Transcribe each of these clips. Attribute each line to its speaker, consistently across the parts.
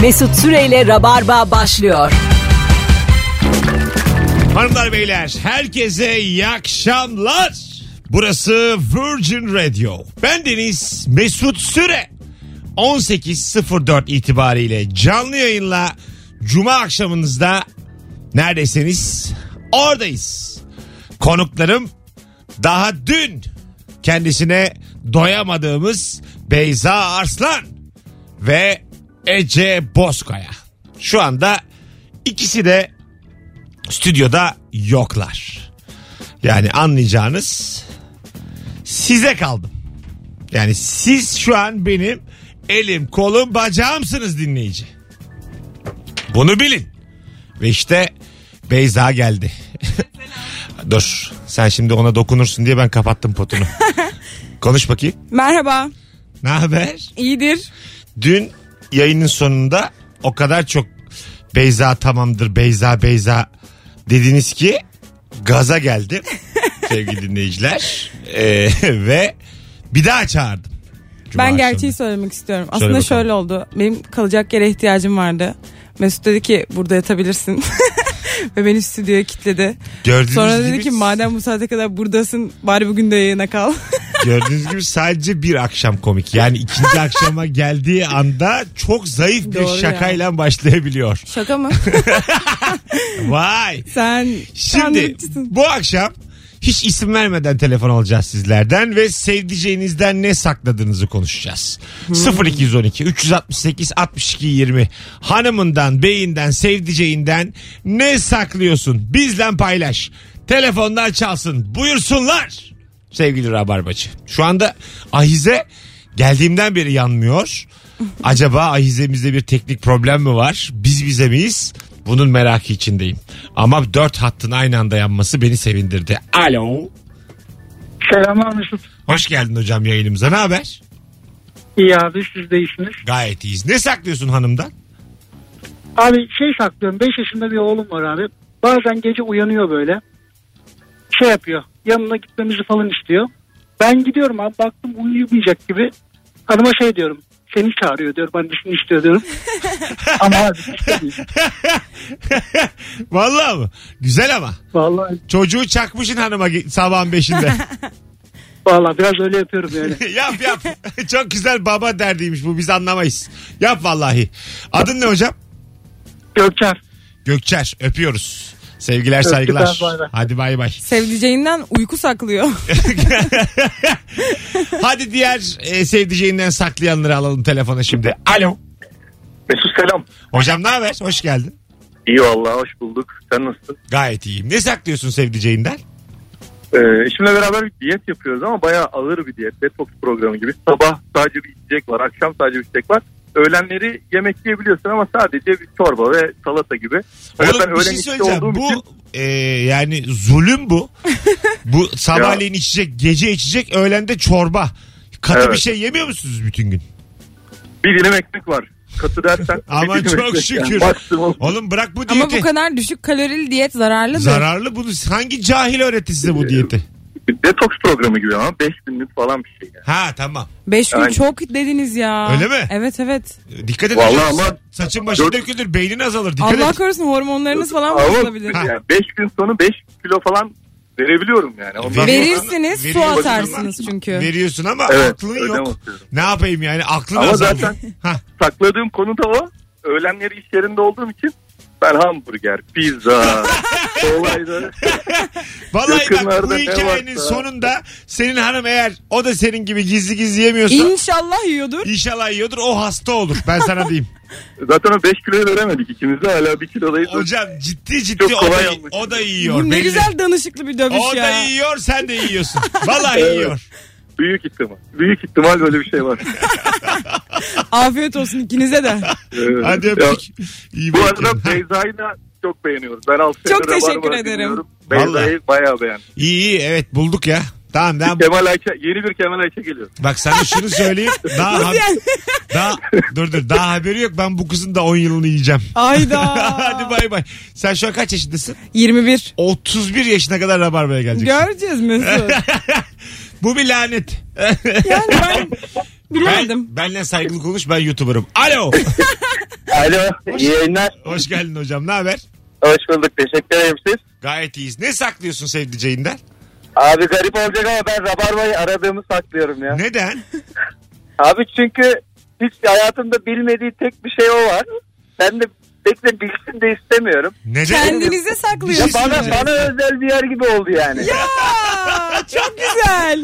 Speaker 1: Mesut Süreyle Rabarba başlıyor.
Speaker 2: Hanımlar beyler herkese iyi akşamlar. Burası Virgin Radio. Ben Deniz Mesut Süre. 18.04 itibariyle canlı yayınla Cuma akşamınızda neredeseniz oradayız. Konuklarım daha dün kendisine doyamadığımız Beyza Arslan ve Ece Bozkaya. Şu anda ikisi de stüdyoda yoklar. Yani anlayacağınız size kaldım. Yani siz şu an benim elim, kolum, bacağımsınız dinleyici. Bunu bilin. Ve işte Beyza geldi. Dur. Sen şimdi ona dokunursun diye ben kapattım potunu. Konuş bakayım.
Speaker 3: Merhaba.
Speaker 2: Ne haber?
Speaker 3: İyidir.
Speaker 2: Dün yayının sonunda o kadar çok Beyza tamamdır Beyza Beyza dediniz ki gaza geldim sevgili dinleyiciler Ee, ve bir daha çağırdım. Cuma
Speaker 3: ben
Speaker 2: akşamı.
Speaker 3: gerçeği söylemek istiyorum. Aslında
Speaker 2: bakalım.
Speaker 3: şöyle oldu. Benim kalacak yere ihtiyacım vardı. Mesut dedi ki burada yatabilirsin. Ve beni stüdyoya kilitledi.
Speaker 2: Gördüğünüz
Speaker 3: Sonra
Speaker 2: gibi-
Speaker 3: dedi ki madem bu saate kadar buradasın bari bugün de yayına kal.
Speaker 2: Gördüğünüz gibi sadece bir akşam komik. Yani ikinci akşama geldiği anda çok zayıf bir
Speaker 3: Doğru ya.
Speaker 2: şakayla başlayabiliyor.
Speaker 3: Şaka mı?
Speaker 2: Vay.
Speaker 3: Sen
Speaker 2: Şimdi
Speaker 3: kandırıcısın.
Speaker 2: bu akşam hiç isim vermeden telefon alacağız sizlerden ve sevdiceğinizden ne sakladığınızı konuşacağız. 0212 368 62 20 hanımından, beyinden, sevdiceğinden ne saklıyorsun? Bizden paylaş. Telefonlar çalsın. Buyursunlar. Sevgili Rabarbacı. Şu anda ahize geldiğimden beri yanmıyor. Acaba ahizemizde bir teknik problem mi var? Biz bize miyiz? Bunun merakı içindeyim. Ama dört hattın aynı anda yanması beni sevindirdi. Alo.
Speaker 4: Selamlar Mesut.
Speaker 2: Hoş geldin hocam yayınımıza. Ne haber?
Speaker 4: İyi abi siz de iyisiniz.
Speaker 2: Gayet iyiyiz. Ne saklıyorsun hanımdan?
Speaker 4: Abi şey saklıyorum 5 yaşında bir oğlum var abi. Bazen gece uyanıyor böyle. Şey yapıyor yanına gitmemizi falan istiyor. Ben gidiyorum abi baktım uyuyamayacak gibi. Hanıma şey diyorum seni çağırıyor diyorum annesini istiyor diyorum. ama abi istemiyor.
Speaker 2: Vallahi mı? Güzel ama.
Speaker 4: Vallahi,
Speaker 2: Çocuğu çakmışın hanıma ge- sabahın beşinde.
Speaker 4: vallahi biraz öyle yapıyorum yani.
Speaker 2: yap yap. Çok güzel baba derdiymiş bu biz anlamayız. Yap vallahi. Adın ne hocam?
Speaker 4: Gökçer.
Speaker 2: Gökçer öpüyoruz. Sevgiler
Speaker 4: Öptük
Speaker 2: saygılar.
Speaker 4: abi, bay bay.
Speaker 2: Hadi bay bay.
Speaker 3: Sevdiceğinden uyku saklıyor.
Speaker 2: Hadi diğer e, sevdiceğinden saklayanları alalım telefona şimdi. Alo.
Speaker 5: Mesut selam.
Speaker 2: Hocam ne haber? Hoş geldin.
Speaker 5: İyi valla hoş bulduk. Sen nasılsın?
Speaker 2: Gayet iyiyim. Ne saklıyorsun sevdiceğinden?
Speaker 5: Ee, eşimle beraber bir diyet yapıyoruz ama bayağı ağır bir diyet. Detox programı gibi. Sabah sadece bir içecek var. Akşam sadece bir içecek var. Öğlenleri yemek yiyebiliyorsun ama sadece bir çorba ve salata gibi. Öyle
Speaker 2: Oğlum bir şey
Speaker 5: işçi
Speaker 2: söyleyeceğim.
Speaker 5: olduğum
Speaker 2: Bu
Speaker 5: için-
Speaker 2: e, yani zulüm bu. bu sabahleyin içecek, gece içecek, öğlende çorba. Katı
Speaker 5: Evet.
Speaker 2: bir şey yemiyor musunuz bütün gün?
Speaker 5: bir dilim ekmek var. Katı dersen. bir
Speaker 2: Aman
Speaker 5: dilim
Speaker 2: çok
Speaker 5: ekmek
Speaker 2: şükür.
Speaker 5: Yani. Maksimum.
Speaker 2: Oğlum bırak bu diyeti.
Speaker 3: Ama bu kadar düşük kalorili diyet zararlıdır.
Speaker 2: Zararlı bunu. Hangi cahil öğretti size bu
Speaker 5: Ee,
Speaker 2: diyeti?
Speaker 5: Bir Detoks programı gibi ama 5 günlük falan bir şey. Yani.
Speaker 2: Ha tamam.
Speaker 3: Beş gün
Speaker 5: Aynen.
Speaker 3: çok dediniz ya.
Speaker 2: Öyle mi?
Speaker 3: Evet evet.
Speaker 2: Dikkat edin.
Speaker 5: Vallahi ama-
Speaker 2: Saçın başın
Speaker 5: Dört-
Speaker 2: dökülür. Beynin azalır. Dikkat
Speaker 3: Allah
Speaker 2: et.
Speaker 3: korusun hormonlarınız falan
Speaker 5: Ama
Speaker 3: bozulabilir.
Speaker 5: şey yani 5 gün sonu 5 kilo falan verebiliyorum yani. Ondan
Speaker 2: Verir-
Speaker 5: sonra-
Speaker 3: Verirsiniz su
Speaker 2: Veriyorsun.
Speaker 3: atarsınız çünkü.
Speaker 2: Veriyorsun ama
Speaker 5: Evet,
Speaker 2: aklın
Speaker 5: ödem
Speaker 2: yok.
Speaker 5: atıyorum.
Speaker 2: Ne yapayım yani aklın
Speaker 5: Ama
Speaker 2: azaldı.
Speaker 5: zaten-
Speaker 2: Hah.
Speaker 5: sakladığım konu da o. Öğlenleri iş yerinde olduğum için ben hamburger, pizza, olayları
Speaker 2: Vallahi bak
Speaker 5: Yakınlarda
Speaker 2: bu
Speaker 5: ne
Speaker 2: hikayenin
Speaker 5: varsa-
Speaker 2: sonunda senin hanım eğer o da senin gibi gizli gizli yemiyorsa
Speaker 3: İnşallah yiyordur.
Speaker 2: inşallah yiyordur o hasta olur. Ben sana diyeyim.
Speaker 5: Zaten o 5 kiloyu veremedik ikimiz de hala 1 kilodayız.
Speaker 2: Hocam ciddi
Speaker 5: Çok
Speaker 2: ciddi o
Speaker 5: kolay
Speaker 2: da,
Speaker 5: olmuş.
Speaker 2: o da yiyor.
Speaker 3: Bu ne
Speaker 2: belli.
Speaker 3: güzel danışıklı bir dövüş
Speaker 2: O
Speaker 3: ya.
Speaker 2: da yiyor sen de yiyorsun. Vallahi
Speaker 5: Evet.
Speaker 2: yiyor.
Speaker 5: Büyük ihtimal. Büyük ihtimal böyle bir şey var.
Speaker 3: Afiyet olsun ikinize de.
Speaker 5: Evet.
Speaker 2: Hadi
Speaker 5: Ya,
Speaker 2: öptük. İyi
Speaker 5: Bu
Speaker 2: bakın.
Speaker 5: arada Beyza'yı da çok beğeniyoruz. Ben altı
Speaker 3: Çok
Speaker 5: senedir
Speaker 3: teşekkür
Speaker 5: Rabarba'yı
Speaker 3: ederim.
Speaker 5: dinliyorum.
Speaker 2: Vallahi.
Speaker 5: Beyza'yı bayağı beğendim.
Speaker 2: İyi iyi evet bulduk ya. Tamam tamam.
Speaker 5: Kemal Ayça, yeni bir Kemal Ayça geliyor.
Speaker 2: Bak sana şunu söyleyeyim. Daha, hab-
Speaker 3: Yani-
Speaker 2: daha dur dur daha haberi yok. Ben bu kızın da 10 yılını yiyeceğim.
Speaker 3: Ayda.
Speaker 2: Hadi bay bay. Sen şu an kaç yaşındasın?
Speaker 3: 21.
Speaker 2: 31 yaşına kadar Rabarba'ya geleceksin.
Speaker 3: Göreceğiz Mesut.
Speaker 2: Bu bir lanet.
Speaker 3: Yani ben bilemedim.
Speaker 2: Ben, benle saygılı konuş ben YouTuber'ım. Alo.
Speaker 5: Alo iyi yayınlar.
Speaker 2: Hoş geldin hocam. Ne haber?
Speaker 5: Hoş bulduk teşekkür ederim siz.
Speaker 2: Gayet iyiyiz. Ne saklıyorsun sevdiceğinden?
Speaker 5: Abi garip olacak ama ben rabarbayı aradığımı saklıyorum ya.
Speaker 2: Neden?
Speaker 5: Abi çünkü hiç hayatımda bilmediği tek bir şey o var. Ben de pek de bilsin de istemiyorum.
Speaker 2: Neden?
Speaker 3: Kendinize
Speaker 2: Ya
Speaker 5: Ya
Speaker 3: saklıyorsunuz.
Speaker 5: bana, bana özel bir yer gibi oldu yani.
Speaker 3: Aa, çok güzel.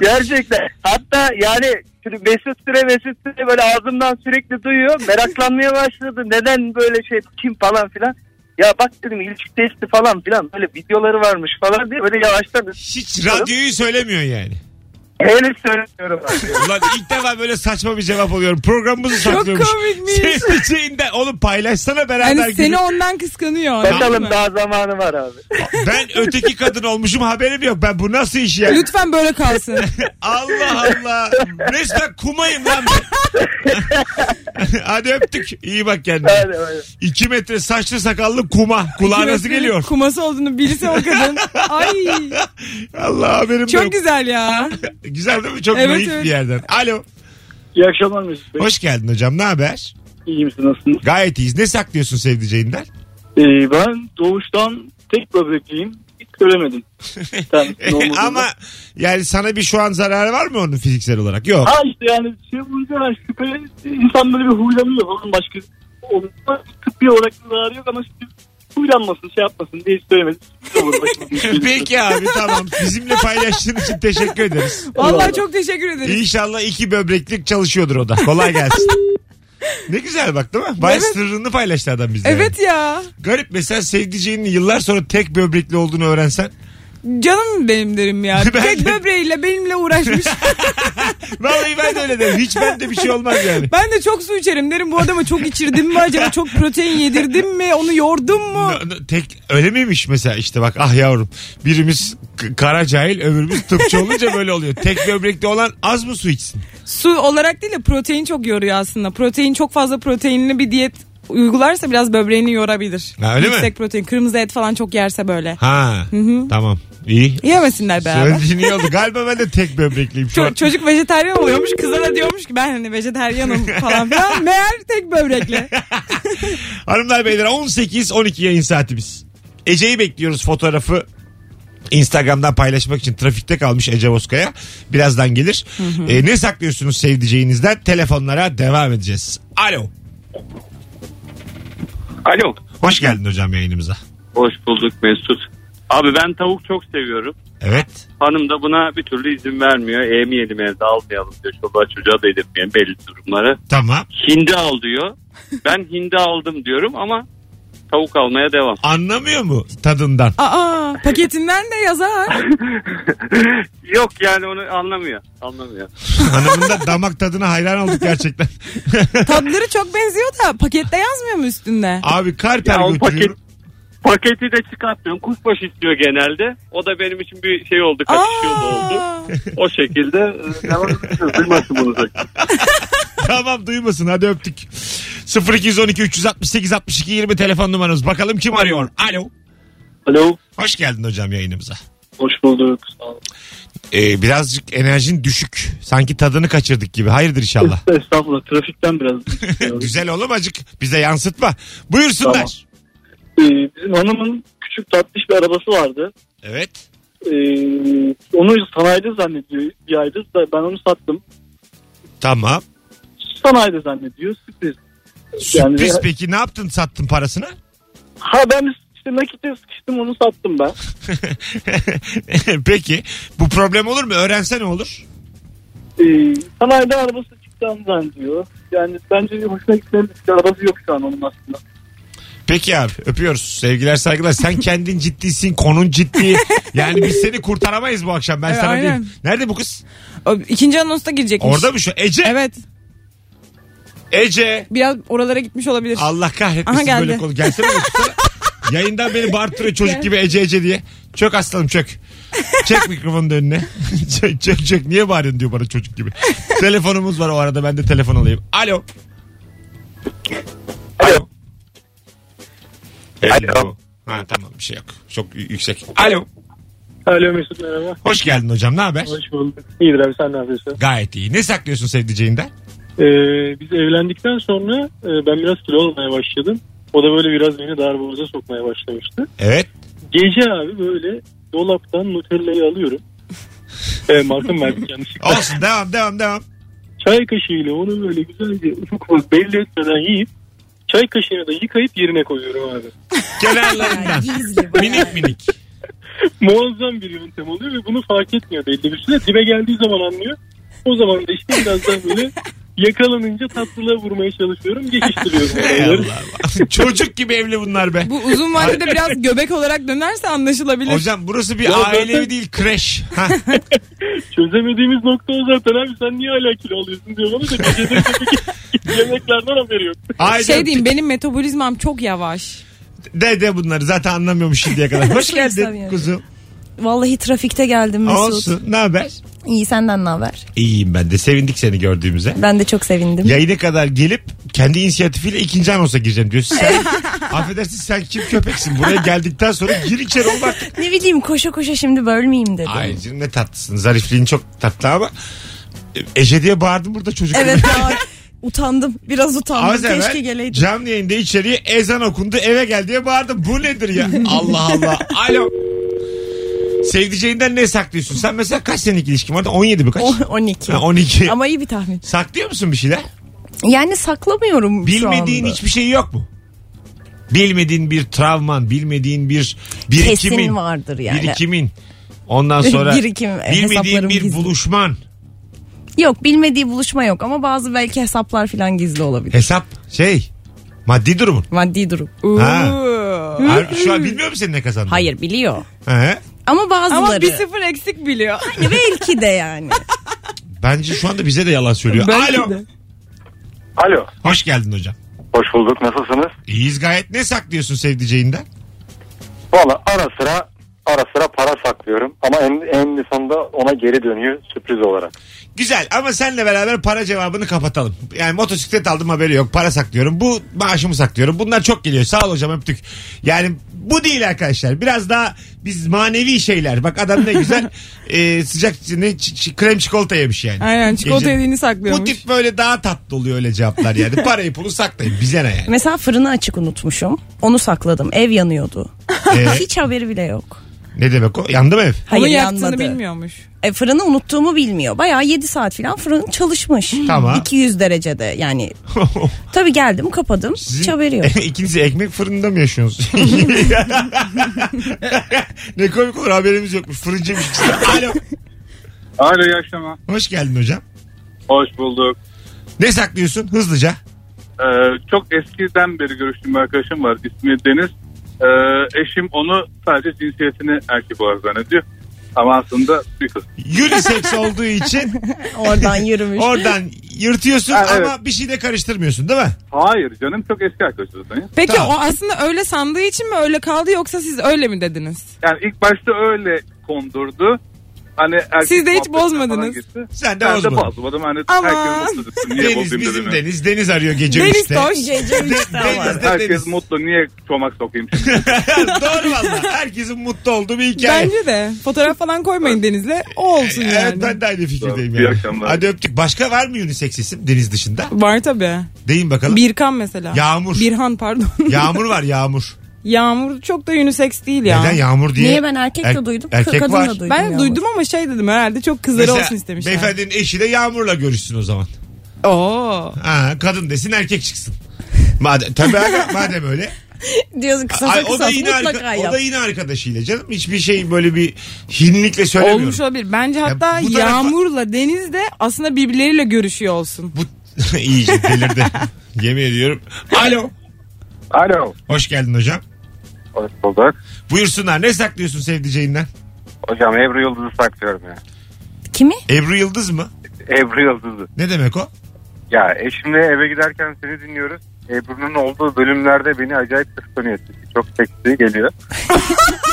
Speaker 5: Gerçekten. Hatta yani şimdi Mesut Süre Mesut Süre böyle ağzımdan sürekli duyuyor. Meraklanmaya başladı. Neden böyle şey kim falan filan. Ya bak dedim ilişki testi falan filan böyle videoları varmış falan diye böyle yavaştan
Speaker 2: Hiç radyoyu söylemiyor yani.
Speaker 5: öyle söylüyorum. abi.
Speaker 2: Ulan ilk defa böyle saçma bir cevap alıyorum. Programımızı
Speaker 3: Çok
Speaker 2: saklıyormuş.
Speaker 3: komikmiş.
Speaker 2: Sevdiceğinden. Oğlum paylaşsana beraber.
Speaker 3: Hani
Speaker 2: gülüp-
Speaker 3: seni ondan kıskanıyor. anladın
Speaker 5: Bakalım
Speaker 3: mı?
Speaker 5: daha zamanı var abi.
Speaker 2: Ben öteki kadın olmuşum haberim yok. Ben bu nasıl iş ya?
Speaker 3: Lütfen böyle kalsın.
Speaker 2: Allah Allah. Resmen kumayım lan ben. Hadi öptük. İyi bak kendine.
Speaker 5: Hadi, hadi.
Speaker 2: 2 metre saçlı sakallı kuma. Kulağa nasıl
Speaker 3: Kimisinin
Speaker 2: geliyor?
Speaker 3: Kuması olduğunu bilse o kadın. Ay
Speaker 2: Allah haberim de
Speaker 3: çok
Speaker 2: yok.
Speaker 3: güzel ya.
Speaker 2: Güzel değil mi? Çok
Speaker 3: Evet,
Speaker 2: naif
Speaker 3: evet.
Speaker 2: bir yerden. Alo.
Speaker 4: İyi akşamlar Mesut Bey.
Speaker 2: Hoş geldin hocam. Ne haber?
Speaker 4: İyi misin nasılsın?
Speaker 2: Gayet iyiyiz. Ne saklıyorsun sevdiceğinden?
Speaker 4: Ee, ben doğuştan tek böbrekliyim. Hiç göremedim. Sen ne olmadığını.
Speaker 2: Ama yani sana bir şu an zararı var mı onun fiziksel olarak? Yok.
Speaker 4: Ha işte yani şey bulunca ben şüphe insan böyle bir huylanıyor falan başka. Ondan tıbbi olarak da zararı yok ama işte huylanmasın şey yapmasın diye hiç söylemedim. Olur, başıma bir şey gelir.
Speaker 2: Peki abi tamam. Bizimle paylaştığın için teşekkür ederiz.
Speaker 3: Vallahi çok teşekkür ederim.
Speaker 2: İnşallah iki böbreklik çalışıyordur o da. Kolay gelsin. ne güzel bak değil mi? Bayağı
Speaker 3: Evet.
Speaker 2: sırrını paylaştı adam bizden.
Speaker 3: Evet ya.
Speaker 2: Garip mesela sevdiceğinin yıllar sonra tek böbrekli olduğunu öğrensen.
Speaker 3: Canım benim derim ya.
Speaker 2: Ben de-
Speaker 3: Tek böbreğiyle benimle uğraşmış.
Speaker 2: Vallahi ben de öyle derim. Hiç bende bir şey olmaz yani.
Speaker 3: ben de çok su içerim derim. Bu adama çok içirdim mi acaba? Çok protein yedirdim mi? Onu yordum mu?
Speaker 2: No- no- Tek öyle miymiş mesela işte bak ah yavrum birimiz k- kara cahil öbürümüz tıpçı olunca böyle oluyor. Tek böbrekli olan az mı su içsin?
Speaker 3: Su olarak değil de protein çok yoruyor aslında. Protein çok fazla proteinli bir diyet uygularsa biraz böbreğini yorabilir.
Speaker 2: Ha, öyle mi?
Speaker 3: Yüksek protein. Kırmızı et falan çok yerse böyle.
Speaker 2: Ha tamam iyi.
Speaker 3: Yemesinler beraber.
Speaker 2: Söylediğin iyi oldu. Galiba ben de tek böbrekliyim şu an.
Speaker 3: Ço- çocuk vejetaryen oluyormuş. Kıza da diyormuş ki ben hani vejetaryenim falan filan. Meğer tek böbrekle.
Speaker 2: Hanımlar beyler 18-12 yayın saatimiz. Ece'yi bekliyoruz fotoğrafı. Instagram'dan paylaşmak için trafikte kalmış Ece Bozkaya. Birazdan gelir. Ee, ne saklıyorsunuz sevdiceğinizden? Telefonlara devam edeceğiz. Alo.
Speaker 6: Alo.
Speaker 2: Hoş geldin hocam yayınımıza.
Speaker 6: Hoş bulduk Mesut. Abi ben tavuk çok seviyorum.
Speaker 2: Evet.
Speaker 6: Hanım da buna bir türlü izin vermiyor. Yemeyelim evde almayalım diyor. Çoluğa çocuğa da yedirmeyelim belli durumlara.
Speaker 2: Tamam.
Speaker 6: Hindi al diyor. Ben hindi aldım diyorum ama tavuk almaya devam.
Speaker 2: Anlamıyor mu tadından?
Speaker 3: Aa paketinden de yazar.
Speaker 6: Yok yani onu anlamıyor. Anlamıyor.
Speaker 2: Hanımın da damak tadına hayran olduk gerçekten.
Speaker 3: Tadları çok benziyor da pakette yazmıyor mu üstünde?
Speaker 2: Abi karper
Speaker 6: Ya o
Speaker 2: götürüyorum.
Speaker 6: Paketi de çıkartmıyorum. Kuşbaşı istiyor genelde. O da benim için bir şey oldu. Kaçış yolu oldu.
Speaker 3: Aa,
Speaker 6: O şekilde e, devam ediyoruz. Duymasın bunu da.
Speaker 2: Tamam duymasın hadi öptük. 0212 368 62 20 telefon numaranız. Bakalım kim arıyor? Alo.
Speaker 4: Alo.
Speaker 2: Hoş geldin hocam yayınımıza.
Speaker 4: Hoş bulduk. Sağ olun.
Speaker 2: Ee, birazcık enerjin düşük. Sanki tadını kaçırdık gibi. Hayırdır inşallah.
Speaker 4: Estağfurullah trafikten biraz.
Speaker 2: Güzel oğlum acık. Bize yansıtma. Buyursunlar.
Speaker 4: Tamam. Ee, bizim hanımın küçük tatlış bir arabası vardı.
Speaker 2: Evet.
Speaker 4: Ee, onu sanayide zannediyor bir aydır da ben onu sattım.
Speaker 2: Tamam.
Speaker 4: Sanayide zannediyor sürpriz. Yani-
Speaker 2: Sürpriz peki ne yaptın sattın parasını?
Speaker 4: Ha ben işte nakite sıkıştım onu sattım ben.
Speaker 2: peki bu problem olur mu? Öğrense ne olur?
Speaker 4: Ee, sanayide arabası çıktığını zannediyor. Yani bence hoşuna gitmeyen bir arabası yok şu an onun aslında.
Speaker 2: Peki abi öpüyoruz. Sevgiler saygılar. Sen kendin ciddisin. Konun ciddi. Yani biz seni kurtaramayız bu akşam. Ben
Speaker 3: Evet,
Speaker 2: sana
Speaker 3: aynen.
Speaker 2: diyeyim. Nerede bu kız?
Speaker 3: o ikinci anonsta girecekmiş.
Speaker 2: Orada mı şu? Ece.
Speaker 3: Evet.
Speaker 2: Ece.
Speaker 3: Biraz oralara gitmiş olabilir.
Speaker 2: Allah kahretmesin
Speaker 3: Aha,
Speaker 2: böyle
Speaker 3: geldi.
Speaker 2: konu. Gelsene böyle tutsana. Yayından beni bağırtırıyor çocuk gibi Ece Ece diye. Çök aslanım çök. Çek mikrofonun da önüne. çök, çök çök. Niye bağırıyorsun diyor bana çocuk gibi. Telefonumuz var o arada ben de telefon alayım. Alo. Alo. Alo. Ha, tamam bir şey yok. Çok y- yüksek. Alo.
Speaker 4: Alo Mesut merhaba.
Speaker 2: Hoş geldin hocam ne haber?
Speaker 4: Hoş bulduk. İyidir abi sen ne yapıyorsun?
Speaker 2: Gayet iyi. Ne saklıyorsun sevdiceğinden?
Speaker 6: Ee, biz evlendikten sonra e, ben biraz kilo almaya başladım. O da böyle biraz beni darboğaza sokmaya başlamıştı.
Speaker 2: Evet.
Speaker 6: Gece abi böyle dolaptan Nutella'yı alıyorum. e, markam verdik yanlışlıkla.
Speaker 2: Olsun devam devam devam.
Speaker 6: Çay kaşığıyla onu böyle güzelce ufak ufak belli etmeden yiyip çay kaşığını da yıkayıp yerine koyuyorum abi.
Speaker 2: Kenarlarından.
Speaker 7: Gizli bayağı.
Speaker 2: minik minik.
Speaker 6: Muazzam bir yöntem oluyor ve bunu fark etmiyor belli bir süre. Dibe geldiği zaman anlıyor. O zaman da işte biraz daha böyle yakalanınca tatlılığa vurmaya çalışıyorum. Geçiştiriyorum
Speaker 2: Hey
Speaker 6: olayları.
Speaker 2: Allah Allah. Çocuk gibi evli bunlar be.
Speaker 3: Bu uzun vadede biraz göbek olarak dönerse anlaşılabilir.
Speaker 2: Hocam burası bir
Speaker 6: Ya
Speaker 2: aile
Speaker 6: zaten-
Speaker 2: evi değil kreş. Ha,
Speaker 6: Çözemediğimiz nokta o zaten abi sen niye hala kilo alıyorsun diyor bana da gecede yemeklerden haberi yok.
Speaker 2: aile
Speaker 3: şey diyeyim benim metabolizmam çok yavaş.
Speaker 2: de de bunları zaten anlamıyormuş şimdiye kadar. Hoş
Speaker 7: Hoş geldin
Speaker 2: geldin
Speaker 7: Sabiha.
Speaker 2: kuzum.
Speaker 7: Vallahi trafikte geldim Mesut.
Speaker 2: Olsun. Ne haber?
Speaker 7: İyi senden ne haber?
Speaker 2: İyiyim ben de. Sevindik seni gördüğümüze.
Speaker 7: Ben de çok sevindim.
Speaker 2: Yayına kadar gelip kendi inisiyatifiyle ikinci anonsa gireceğim diyor. Sen, affedersin sen kim köpeksin? Buraya geldikten sonra gir içeri ol bak.
Speaker 7: Ne bileyim koşa koşa şimdi bölmeyeyim dedim.
Speaker 2: Ay canım ne tatlısın. Zarifliğin çok tatlı ama. e, Ece diye bağırdım burada çocuk.
Speaker 7: Evet ya, utandım. Biraz utandım.
Speaker 2: Az
Speaker 7: Keşke
Speaker 2: evvel
Speaker 7: geleydim.
Speaker 2: canlı yayında içeriye ezan okundu eve gel diye bağırdım. Bu nedir ya? Allah Allah. Alo. Sevdiceğinden ne saklıyorsun? Sen mesela kaç senelik ilişkin vardı? 17 mi kaç?
Speaker 7: O- 12.
Speaker 2: Ha, 12.
Speaker 7: Ama iyi bir tahmin.
Speaker 2: Saklıyor musun bir şeyler?
Speaker 7: Yani saklamıyorum
Speaker 2: Bilmediğin
Speaker 7: şu anda.
Speaker 2: hiçbir şey yok mu? Bilmediğin bir travman, bilmediğin bir
Speaker 7: Kesin
Speaker 2: birikimin.
Speaker 7: vardır yani.
Speaker 2: Birikimin. Ondan sonra
Speaker 7: Birikim, e,
Speaker 2: bilmediğin
Speaker 7: hesaplarım
Speaker 2: bir
Speaker 7: gizli.
Speaker 2: buluşman.
Speaker 7: Yok bilmediği buluşma yok ama bazı belki hesaplar falan gizli olabilir.
Speaker 2: Hesap şey maddi durumun.
Speaker 7: Maddi durum.
Speaker 2: Ha.
Speaker 3: Oo.
Speaker 2: Harbi Şu an bilmiyor musun sen ne kazandın?
Speaker 7: Hayır biliyor.
Speaker 2: He?
Speaker 7: Ama bazıları.
Speaker 3: Ama bir sıfır eksik biliyor.
Speaker 7: belki de yani.
Speaker 2: Bence şu anda bize de yalan söylüyor.
Speaker 3: Belki
Speaker 2: Alo.
Speaker 3: de.
Speaker 8: Alo.
Speaker 2: Hoş geldin hocam.
Speaker 8: Hoş bulduk. Nasılsınız?
Speaker 2: İyiyiz gayet. Ne saklıyorsun sevdiceğinden?
Speaker 8: Valla ara sıra ara sıra para saklıyorum ama en, en sonunda ona geri dönüyor sürpriz olarak.
Speaker 2: Güzel ama seninle beraber para cevabını kapatalım. Yani motosiklet aldım haberi yok. Para saklıyorum. Bu maaşımı saklıyorum. Bunlar çok geliyor. Sağ ol hocam öptük. Yani bu değil arkadaşlar. Biraz daha biz manevi şeyler. Bak adam ne güzel e, sıcak ne, ç- ç- krem çikolata yemiş yani.
Speaker 3: Aynen çikolata
Speaker 2: Gece-
Speaker 3: yediğini
Speaker 2: Bu
Speaker 3: saklıyormuş.
Speaker 2: tip böyle daha tatlı oluyor öyle cevaplar yani. Parayı pulu saklayın. Bize ne yani.
Speaker 7: Mesela fırını açık unutmuşum. Onu sakladım. Ev yanıyordu.
Speaker 2: Ee,
Speaker 7: Hiç haberi bile yok.
Speaker 2: ne demek o? Yandı mı ev?
Speaker 7: Hayır
Speaker 3: Onun yaktığını
Speaker 7: yanmadı.
Speaker 3: bilmiyormuş.
Speaker 7: E, fırını unuttuğumu bilmiyor. Bayağı 7 saat falan fırın çalışmış.
Speaker 2: Tamam.
Speaker 7: 200 derecede yani. Tabii geldim kapadım. Hiç haberi yok.
Speaker 2: İkiniz ekmek fırında mı yaşıyorsunuz? ne komik olur haberimiz yokmuş. Fırıncıymış ikisi de. Alo.
Speaker 8: Alo iyi akşamlar.
Speaker 2: Hoş geldin hocam.
Speaker 8: Hoş bulduk.
Speaker 2: Ne saklıyorsun hızlıca?
Speaker 8: Ee, çok eskiden beri görüştüğüm bir arkadaşım var. İsmi Deniz. Ee, eşim onu sadece cinsiyetini erkek olarak zannediyor. Ama aslında bir kız.
Speaker 2: Unisex olduğu için
Speaker 7: Oradan yürümüş.
Speaker 2: oradan yırtıyorsun
Speaker 8: Ha, evet.
Speaker 2: ama bir şey de karıştırmıyorsun değil mi?
Speaker 8: Hayır canım çok eski arkadaşız. zaten ya.
Speaker 3: Peki
Speaker 2: Tamam.
Speaker 3: o aslında öyle sandığı için mi öyle kaldı yoksa siz öyle mi dediniz?
Speaker 8: Yani ilk başta öyle kondurdu. Hani erkek
Speaker 3: Siz de hiç
Speaker 8: muhabbetine
Speaker 3: bozmadınız.
Speaker 8: falan gitti.
Speaker 2: Sen de
Speaker 8: Ben de
Speaker 2: bozmadın.
Speaker 8: bozmadım. Hani
Speaker 3: Aman.
Speaker 8: herkes mutlu dedim. Niye
Speaker 2: Deniz
Speaker 8: bozayım
Speaker 2: bizim
Speaker 8: dedim. yani.
Speaker 2: Deniz. Deniz arıyor gece
Speaker 3: Deniz
Speaker 2: üçte.
Speaker 3: Toş.
Speaker 7: Gece
Speaker 2: De-
Speaker 7: üçte ama.
Speaker 2: Deniz de
Speaker 8: Herkes
Speaker 2: Deniz.
Speaker 8: mutlu. Niye çomak sokayım şimdi?
Speaker 2: Doğru valla. Herkesin mutlu olduğu bir hikaye.
Speaker 3: Bence de. Fotoğraf falan koymayın Deniz'le. O olsun
Speaker 2: Evet
Speaker 3: yani.
Speaker 2: ben de aynı fikirdeyim
Speaker 8: Tamam, iyi
Speaker 2: yani.
Speaker 8: akşamlar.
Speaker 2: Hadi öptük. Başka var mı unisex isim Deniz dışında?
Speaker 3: Var tabii.
Speaker 2: Deyin bakalım.
Speaker 3: Birkan mesela.
Speaker 2: Yağmur.
Speaker 3: Birhan pardon.
Speaker 2: Yağmur var yağmur.
Speaker 3: Yağmur çok da unisex değil ya.
Speaker 2: Neden yağmur diye?
Speaker 7: Niye ben erkek de
Speaker 2: Er-
Speaker 7: duydum, ka-
Speaker 2: Erkek
Speaker 7: kadın da
Speaker 2: var.
Speaker 7: duydum.
Speaker 3: Ben
Speaker 7: Yağmur.
Speaker 3: duydum ama şey dedim herhalde çok kızları
Speaker 2: Mesela
Speaker 3: olsun istemişler.
Speaker 2: Beyefendinin eşi de yağmurla görüşsün o zaman.
Speaker 3: Oo.
Speaker 2: Ha, kadın desin erkek çıksın. Madem, tabii aga, madem öyle.
Speaker 7: Diyorsun kısa
Speaker 2: E, Ay, o,
Speaker 7: kısa
Speaker 2: da yine arka-
Speaker 7: mutlaka
Speaker 2: o
Speaker 7: yap.
Speaker 2: da yine arkadaşıyla canım. Hiçbir şey böyle bir hinlikle söylemiyorum.
Speaker 3: Olmuş olabilir. Bence hatta
Speaker 2: bu tarafa-
Speaker 3: Yağmur'la Deniz de aslında birbirleriyle görüşüyor olsun.
Speaker 2: Bu iyice delirdi. Yemin ediyorum. Alo.
Speaker 8: Alo.
Speaker 2: Hoş geldin hocam.
Speaker 8: Hoş bulduk.
Speaker 2: Buyursunlar. Ne saklıyorsun sevdiceğinden?
Speaker 8: Hocam Ebru Yıldız'ı saklıyorum ya.
Speaker 7: Kimi?
Speaker 2: Ebru Yıldız mı?
Speaker 8: Ebru Yıldız'ı.
Speaker 2: Ne demek o?
Speaker 8: Ya eşimle eve giderken seni dinliyoruz. Ebru'nun olduğu bölümlerde beni acayip kıskanıyor. Çünkü çok seksi geliyor.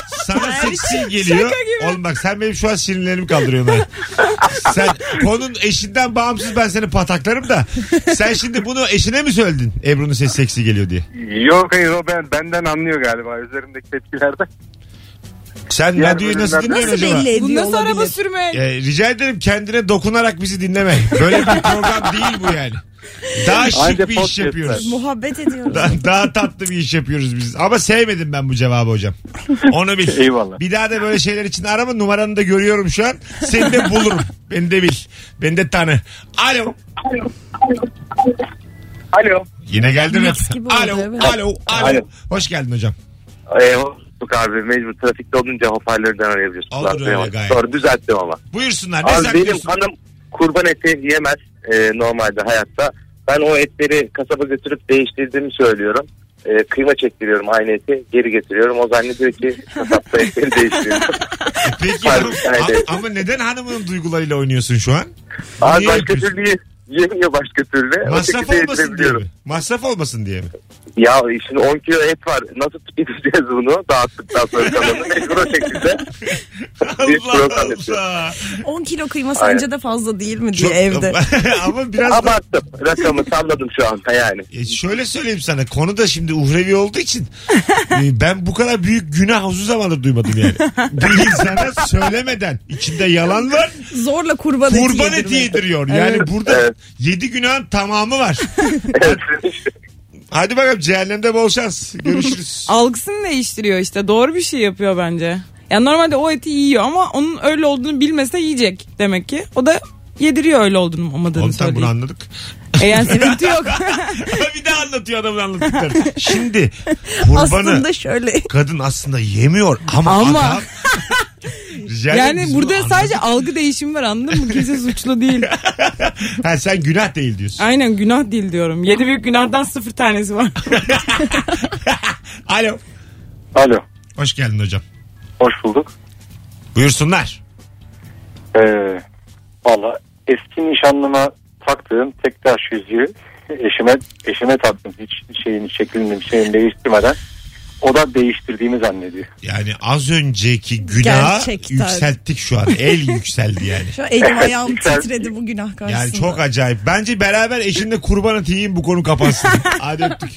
Speaker 2: Sana seksi geliyor. Oğlum bak sen benim şu an sinirlerimi kaldırıyorsun. ha. sen konun eşinden bağımsız ben seni pataklarım da. Sen şimdi bunu eşine mi söyledin? Ebru'nun sesi seksi geliyor diye.
Speaker 8: Yok hayır o ben, benden anlıyor galiba üzerimdeki tepkilerden.
Speaker 2: Sen
Speaker 5: Diğer
Speaker 2: radyoyu nasıl
Speaker 5: bölümlerden-
Speaker 2: dinliyorsun
Speaker 7: Nasıl
Speaker 2: acaba?
Speaker 7: belli ediyor
Speaker 3: Bundan sonra araba
Speaker 7: olabilir?
Speaker 3: sürme.
Speaker 2: Ee, rica ederim kendine dokunarak bizi dinleme. Böyle bir program değil bu yani. Daha şık
Speaker 5: Ayrıca
Speaker 2: bir iş
Speaker 5: podcastler.
Speaker 2: yapıyoruz.
Speaker 7: Muhabbet ediyoruz.
Speaker 2: Daha, daha tatlı bir iş yapıyoruz biz. Ama sevmedim ben bu cevabı hocam. Onu bil.
Speaker 5: Eyvallah.
Speaker 2: Bir daha da böyle şeyler için arama. Numaranı da görüyorum şu an. Seni de bulurum. Beni de bil. Beni de tanı. Alo.
Speaker 5: Alo.
Speaker 2: Yine geldin.
Speaker 7: Mix
Speaker 2: rap.
Speaker 7: gibi oldu,
Speaker 2: Alo,
Speaker 7: evet.
Speaker 2: alo, alo.
Speaker 5: Alo.
Speaker 2: Hoş geldin hocam.
Speaker 5: Ee, hoşçakalın abi mecbur trafikte olunca hoparlörden arayabiliyorsun.
Speaker 2: Olur
Speaker 5: Zaten
Speaker 2: öyle
Speaker 5: var.
Speaker 2: gayet.
Speaker 5: Doğru düzelttim ama.
Speaker 2: Buyursunlar. Ne
Speaker 5: Abi benim
Speaker 2: saklıyorsun?
Speaker 5: hanım kurban eti yemez e, normalde hayatta. Ben o etleri kasaba götürüp değiştirdiğimi söylüyorum. E, kıyma çektiriyorum aynı eti geri getiriyorum. O zannediyor ki kasapta etleri değiştiriyorum.
Speaker 2: Peki
Speaker 5: Pardon,
Speaker 2: hanım-
Speaker 5: evet, evet.
Speaker 2: ama, ama neden hanımının duygularıyla oynuyorsun şu an?
Speaker 5: Abi
Speaker 2: Niye
Speaker 5: başka
Speaker 2: yapıyorsun?
Speaker 5: türlü ye- yemiyor başka türlü. O
Speaker 2: Masraf
Speaker 5: şekilde
Speaker 2: olmasın diye
Speaker 5: yedirebiliyorum.
Speaker 2: mi? Masraf olmasın diye mi?
Speaker 5: Ya şimdi 10 kilo et var. Nasıl tüketeceğiz bunu? Dağıttıktan sonra kalanı mecbur o şekilde. Bir
Speaker 2: Allah
Speaker 5: program yapıyorum.
Speaker 2: Allah.
Speaker 7: 10 kilo kıyma
Speaker 5: Aynen.
Speaker 7: sence de fazla değil mi diye
Speaker 2: Çok-
Speaker 7: evde.
Speaker 2: ama biraz da
Speaker 5: Abarttım. Rakamı salladım şu an yani.
Speaker 2: E şöyle söyleyeyim sana konu da şimdi uhrevi olduğu için e, ben bu kadar büyük günah uzun zamandır duymadım yani. Bir insana söylemeden içinde yalan var
Speaker 7: Zorla kurban,
Speaker 2: kurban
Speaker 7: eti
Speaker 2: eti
Speaker 7: yedirmek.
Speaker 2: yediriyor. Yani
Speaker 7: Evet.
Speaker 2: burada
Speaker 5: Evet.
Speaker 2: yedi günahın tamamı var.
Speaker 5: Evet.
Speaker 2: Hadi bakalım cehennemde bol şans. Görüşürüz.
Speaker 3: Algısını değiştiriyor işte. Doğru bir şey yapıyor bence. Ya normalde o eti yiyor ama onun öyle olduğunu bilmese yiyecek demek ki. O da yediriyor öyle olduğunu olmadığını
Speaker 2: Oğlum tamam bunu
Speaker 3: söyleyeyim.
Speaker 2: anladık.
Speaker 3: E yani sıkıntı yok.
Speaker 2: bir daha anlatıyor adamın anlattıkları. Şimdi kurbanı
Speaker 7: Aslında şöyle.
Speaker 2: kadın aslında yemiyor ama,
Speaker 3: Ama-
Speaker 2: adam... Rica ederim,
Speaker 3: yani
Speaker 2: biz bunu
Speaker 3: burada
Speaker 2: anladık.
Speaker 3: sadece algı değişimi var anladın mı? Kimse suçlu değil.
Speaker 2: Ha, sen günah değil diyorsun.
Speaker 3: Aynen günah değil diyorum. Yedi büyük günahdan sıfır tanesi var.
Speaker 2: Alo.
Speaker 5: Alo.
Speaker 2: Hoş geldin hocam.
Speaker 5: Hoş bulduk.
Speaker 2: Buyursunlar.
Speaker 5: Ee, Valla eski nişanlıma taktığım tek taş yüzüğü eşime eşime taktım. Hiç şeyini şeklini bir şeyini değiştirmeden. O da değiştirdiğimi zannediyor.
Speaker 2: Yani az önceki günaha
Speaker 7: Gerçekten.
Speaker 2: yükselttik şu an. El yükseldi yani.
Speaker 7: Şu an elim ayağım
Speaker 5: Güzel.
Speaker 7: titredi bu günah karşısında.
Speaker 2: Yani çok acayip. Bence beraber eşinle kurban eti yiyin bu konu kapansın. Hadi öptük.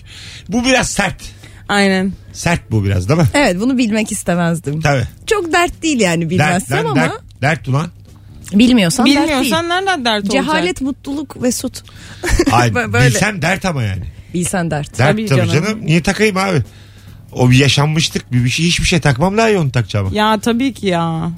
Speaker 2: Bu biraz sert.
Speaker 3: Aynen.
Speaker 2: Sert bu biraz değil mi?
Speaker 7: Evet bunu bilmek istemezdim.
Speaker 2: Tabii.
Speaker 7: Çok dert değil yani bilmezsem
Speaker 2: dert,
Speaker 7: ama.
Speaker 2: dert, dert ulan.
Speaker 7: Bilmiyorsan dert değil.
Speaker 3: Bilmiyorsan nereden dert olacak?
Speaker 7: Cehalet, mutluluk ve süt.
Speaker 2: Ay,
Speaker 7: Böyle.
Speaker 2: bilsem dert ama yani.
Speaker 7: Bilsen
Speaker 2: Dert
Speaker 7: dert.
Speaker 3: Tabii
Speaker 2: tabii, canım.
Speaker 3: canım.
Speaker 2: Niye takayım abi? O bir yaşanmıştık bir, bir şey hiçbir şey takmam daha iyi onu takacağım.
Speaker 3: Ya tabii ki ya.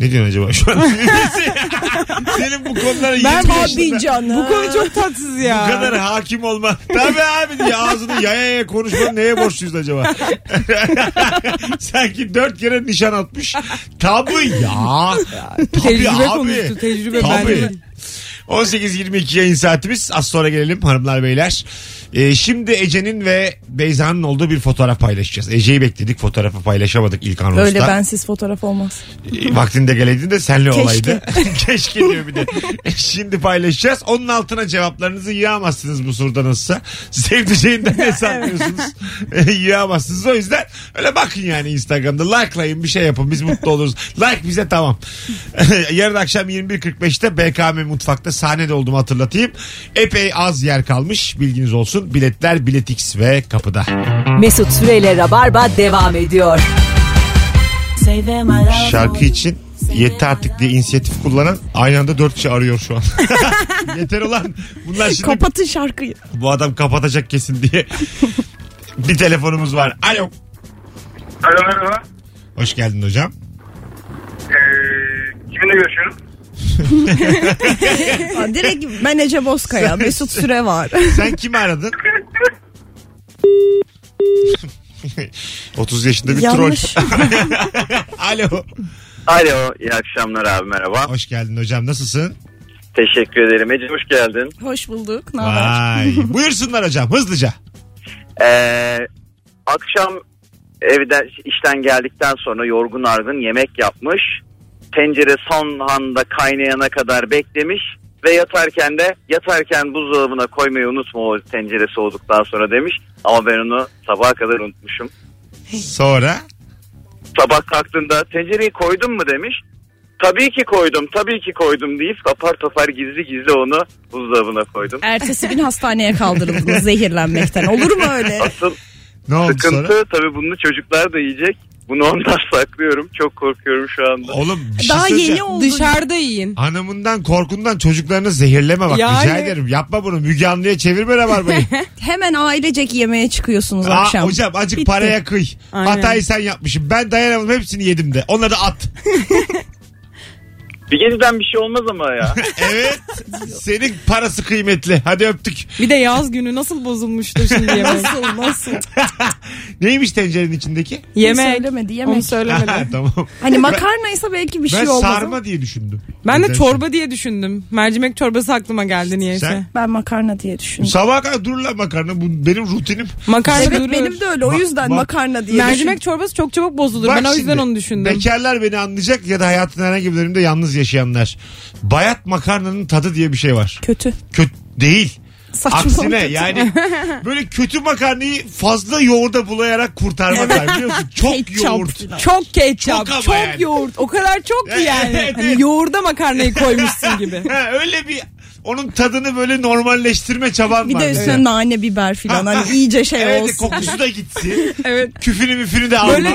Speaker 2: Ne diyorsun acaba şu an? Senin bu konulara 20
Speaker 3: Ben
Speaker 2: yaşında-
Speaker 7: Tabii canım.
Speaker 3: Bu konu çok tatsız ya.
Speaker 2: Bu kadar hakim olma. Tabii abi diye ağzını yaya yaya konuşma neye borçluyuz acaba? Sanki dört kere nişan atmış. Tabii ya. Tabii
Speaker 3: Tecrübe
Speaker 2: abi.
Speaker 3: konuştu. Tecrübe
Speaker 2: Tabii.
Speaker 3: bence.
Speaker 2: 18-22 yayın saatimiz. Az sonra gelelim hanımlar beyler. Ee, şimdi Ece'nin ve Beyza'nın olduğu bir fotoğraf paylaşacağız. Ece'yi bekledik fotoğrafı paylaşamadık ilk anonsta.
Speaker 7: Öyle bensiz fotoğraf olmaz.
Speaker 2: E, vaktinde geleydin de senle
Speaker 7: Keşke.
Speaker 2: olaydı. Keşke diyor bir de. E, Şimdi paylaşacağız. Onun altına cevaplarınızı yığamazsınız bu soruda nasılsa. Sevdiceğinden ne sanıyorsunuz? E, yığamazsınız. O yüzden öyle bakın yani Instagram'da. Likelayın bir şey yapın. Biz mutlu oluruz. Like bize tamam. Yarın akşam 21.45'te BKM Mutfak'ta sahnede olduğumu hatırlatayım. Epey az yer kalmış. Bilginiz olsun. Biletler Biletix ve kapıda.
Speaker 1: Mesut Süreyle Rabarba devam ediyor.
Speaker 2: şarkı için yetti artık diye inisiyatif kullanan aynı anda dört kişi arıyor şu an. Yeter olan bunlar şimdi
Speaker 7: Kapatın şarkıyı.
Speaker 2: bu adam kapatacak kesin diye. bir telefonumuz var. Alo.
Speaker 5: Alo merhaba.
Speaker 2: Hoş geldin hocam.
Speaker 5: kiminle görüşüyorum?
Speaker 7: Aa, Direkt ben Ece Bozkaya, Mesut Süre var.
Speaker 2: Sen kimi aradın? 30 yaşında bir
Speaker 7: Yanlış.
Speaker 2: troll. Alo.
Speaker 5: Alo iyi akşamlar abi merhaba.
Speaker 2: Hoş geldin hocam. Nasılsın?
Speaker 5: Teşekkür ederim. Ece hoş geldin.
Speaker 7: Hoş bulduk. Ne haber?
Speaker 2: Vay. Buyursunlar hocam hızlıca.
Speaker 5: Ee, akşam evden işten geldikten sonra yorgun argın yemek yapmış. Tencere son anda kaynayana kadar beklemiş ve yatarken de yatarken buzdolabına koymayı unutma o tencere soğuduktan sonra demiş. Ama ben onu sabaha kadar unutmuşum.
Speaker 2: Sonra
Speaker 5: Sabah kalktığında tencereyi koydun mu demiş. Tabii ki koydum, tabii ki koydum deyip kapar topar gizli gizli onu buzdolabına koydum.
Speaker 7: Ertesi gün hastaneye kaldırıldınız zehirlenmekten. Olur mu öyle?
Speaker 5: Asıl
Speaker 2: ne oldu sonra?
Speaker 5: sıkıntı tabii bunu çocuklar da yiyecek. Bunu ondan saklıyorum. Çok korkuyorum şu anda.
Speaker 2: Oğlum bir şey
Speaker 7: Daha
Speaker 2: söyleyeceğim.
Speaker 7: yeni oldu.
Speaker 3: Dışarıda yiyin.
Speaker 2: Hanımından korkundan çocuklarını zehirleme bak
Speaker 3: Yani.
Speaker 2: rica ederim. Yapma bunu Müge Anlı'ya çevirme rabarbayı.
Speaker 7: Hemen ailecek yemeğe çıkıyorsunuz
Speaker 2: Aa,
Speaker 7: akşam.
Speaker 2: hocam acık
Speaker 7: Bitti.
Speaker 2: paraya kıy.
Speaker 3: Aynen.
Speaker 2: Hatayı sen yapmışsın. Ben dayanamadım hepsini yedim de. Onları da at.
Speaker 5: Bir geziden bir şey olmaz ama ya.
Speaker 2: evet. Senin parası kıymetli. Hadi öptük.
Speaker 3: Bir de yaz günü nasıl bozulmuştur şimdi yemek.
Speaker 7: Nasıl nasıl?
Speaker 2: Neymiş tencerenin içindeki?
Speaker 7: Onu
Speaker 3: yemek.
Speaker 7: söylemedi
Speaker 3: Onu
Speaker 7: yemek.
Speaker 2: Ha,
Speaker 3: söylemedi.
Speaker 2: tamam.
Speaker 7: Hani makarnaysa belki bir
Speaker 2: Ben
Speaker 7: şey olmaz.
Speaker 2: sarma
Speaker 7: ama
Speaker 2: diye düşündüm.
Speaker 3: Ben de
Speaker 2: Neden?
Speaker 3: çorba diye düşündüm. Mercimek çorbası aklıma geldi niyeyse.
Speaker 2: Sen?
Speaker 7: Ben makarna diye düşündüm.
Speaker 2: Sabaha kadar dur lan makarna. Bu benim rutinim.
Speaker 3: Makarna
Speaker 7: Evet
Speaker 3: durur.
Speaker 7: benim de öyle o
Speaker 2: Ma-
Speaker 7: yüzden
Speaker 2: ma-
Speaker 7: makarna diye
Speaker 3: Mercimek çorbası çok çabuk bozulur.
Speaker 2: Bak
Speaker 3: ben o yüzden
Speaker 2: şimdi,
Speaker 3: onu düşündüm.
Speaker 2: Bekarlar beni anlayacak ya da hayatın herhangi bir bölümünde yalnız yaşayanlar. Bayat makarnanın tadı diye bir şey var.
Speaker 7: kötü.
Speaker 2: Kötü değil.
Speaker 7: Saçma
Speaker 2: Aksine
Speaker 7: kötü.
Speaker 2: yani böyle kötü makarnayı fazla yoğurda bulayarak kurtarmak var biliyor musun? Çok
Speaker 7: Ketçap
Speaker 2: yoğurt.
Speaker 3: Çok ketçap,
Speaker 2: Çok ama
Speaker 3: çok,
Speaker 2: yani.
Speaker 3: yoğurt. O kadar çok ki yani.
Speaker 2: Evet,
Speaker 3: Hani
Speaker 2: evet.
Speaker 3: yoğurda makarnayı koymuşsun gibi.
Speaker 2: Ha, öyle bir onun tadını böyle normalleştirme çaban
Speaker 7: Bir
Speaker 2: var.
Speaker 7: de
Speaker 2: mesela.
Speaker 7: üstüne nane biber
Speaker 2: Ha,
Speaker 7: filan hani
Speaker 2: ha.
Speaker 7: iyice şey
Speaker 2: evet,
Speaker 7: olsun.
Speaker 2: kokusu da gitsin.
Speaker 3: Evet.
Speaker 2: Küfünü müfünü de alma.
Speaker 3: Böyle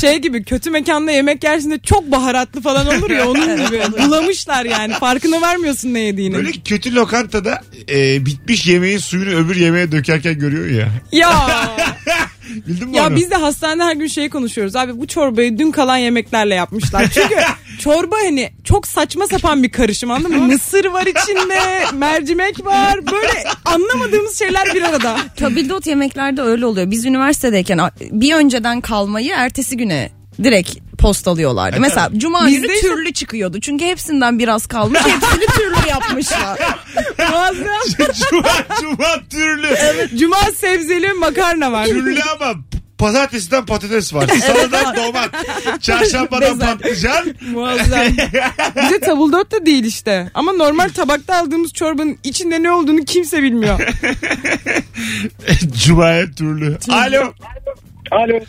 Speaker 3: şey gibi kötü mekanda yemek yersin de çok baharatlı falan olur ya onun gibi. Bulamışlar yani. Farkına varmıyorsun ne yediğini.
Speaker 2: Böyle kötü lokantada e, bitmiş yemeğin suyunu öbür yemeğe dökerken görüyor ya.
Speaker 3: Ya.
Speaker 2: Bildin mi onu?
Speaker 3: Ya biz de hastanede her gün şey konuşuyoruz. Abi bu çorbayı dün kalan yemeklerle yapmışlar. Çünkü çorba hani çok saçma sapan bir karışım anladın mı? Mısır var içinde, mercimek var. Böyle anlamadığımız şeyler bir arada.
Speaker 7: Tabildot yemeklerde öyle oluyor. Biz üniversitedeyken a- bir önceden kalmayı ertesi güne direkt
Speaker 2: E,
Speaker 7: postalıyorlardı. Mesela cuma
Speaker 3: Bizde
Speaker 7: günü
Speaker 3: ise-
Speaker 7: türlü çıkıyordu. Çünkü hepsinden biraz kalmış. Hepsini türlü yapmışlar.
Speaker 3: Muazzam.
Speaker 2: cuma, cuma türlü.
Speaker 3: Cuma sebzeli makarna var.
Speaker 2: Türlü ama pazartesiden patates var. Salıdan domat. Çarşambadan
Speaker 3: Bezel.
Speaker 2: patlıcan.
Speaker 3: Muazzam. Bize tabuldot da değil işte. Ama normal tabakta aldığımız çorbanın içinde ne olduğunu kimse bilmiyor.
Speaker 2: Cuma'ya türlü. Alo.
Speaker 9: Alo.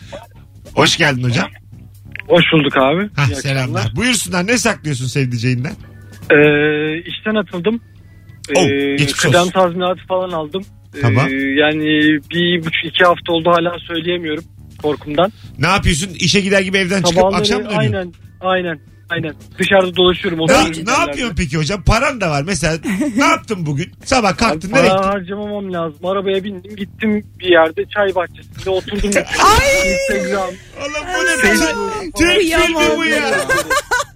Speaker 2: Hoş geldin hocam.
Speaker 4: Hoş bulduk abi.
Speaker 2: Hah, selamlar. Buyursunlar ne saklıyorsun sevdiceğinden?
Speaker 4: Ee, işten atıldım.
Speaker 2: Oo,
Speaker 4: Ee,
Speaker 2: Oh, geçmiş
Speaker 4: kıdem
Speaker 2: olsun.
Speaker 4: tazminatı falan aldım. Ee,
Speaker 2: Tamam.
Speaker 4: yani bir buçuk iki hafta oldu hala söyleyemiyorum korkumdan.
Speaker 2: Ne yapıyorsun? İşe gider gibi evden çıkıp
Speaker 4: Sabahları
Speaker 2: akşam mı dönüyorsun?
Speaker 4: aynen aynen aynen dışarıda dolaşıyorum.
Speaker 2: Ne,
Speaker 4: oturuyorum
Speaker 2: ne
Speaker 4: yerlerde.
Speaker 2: yapıyorsun peki hocam? Paran da var mesela. ne yaptın bugün? Sabah kalktın nereye
Speaker 4: Para
Speaker 2: gittin?
Speaker 4: harcamamam lazım. Arabaya bindim gittim bir yerde çay bahçesinde oturdum. Instagram.
Speaker 2: Oğlum bu ne? Tü- Türk filmi
Speaker 7: Kıyamam
Speaker 2: bu ya.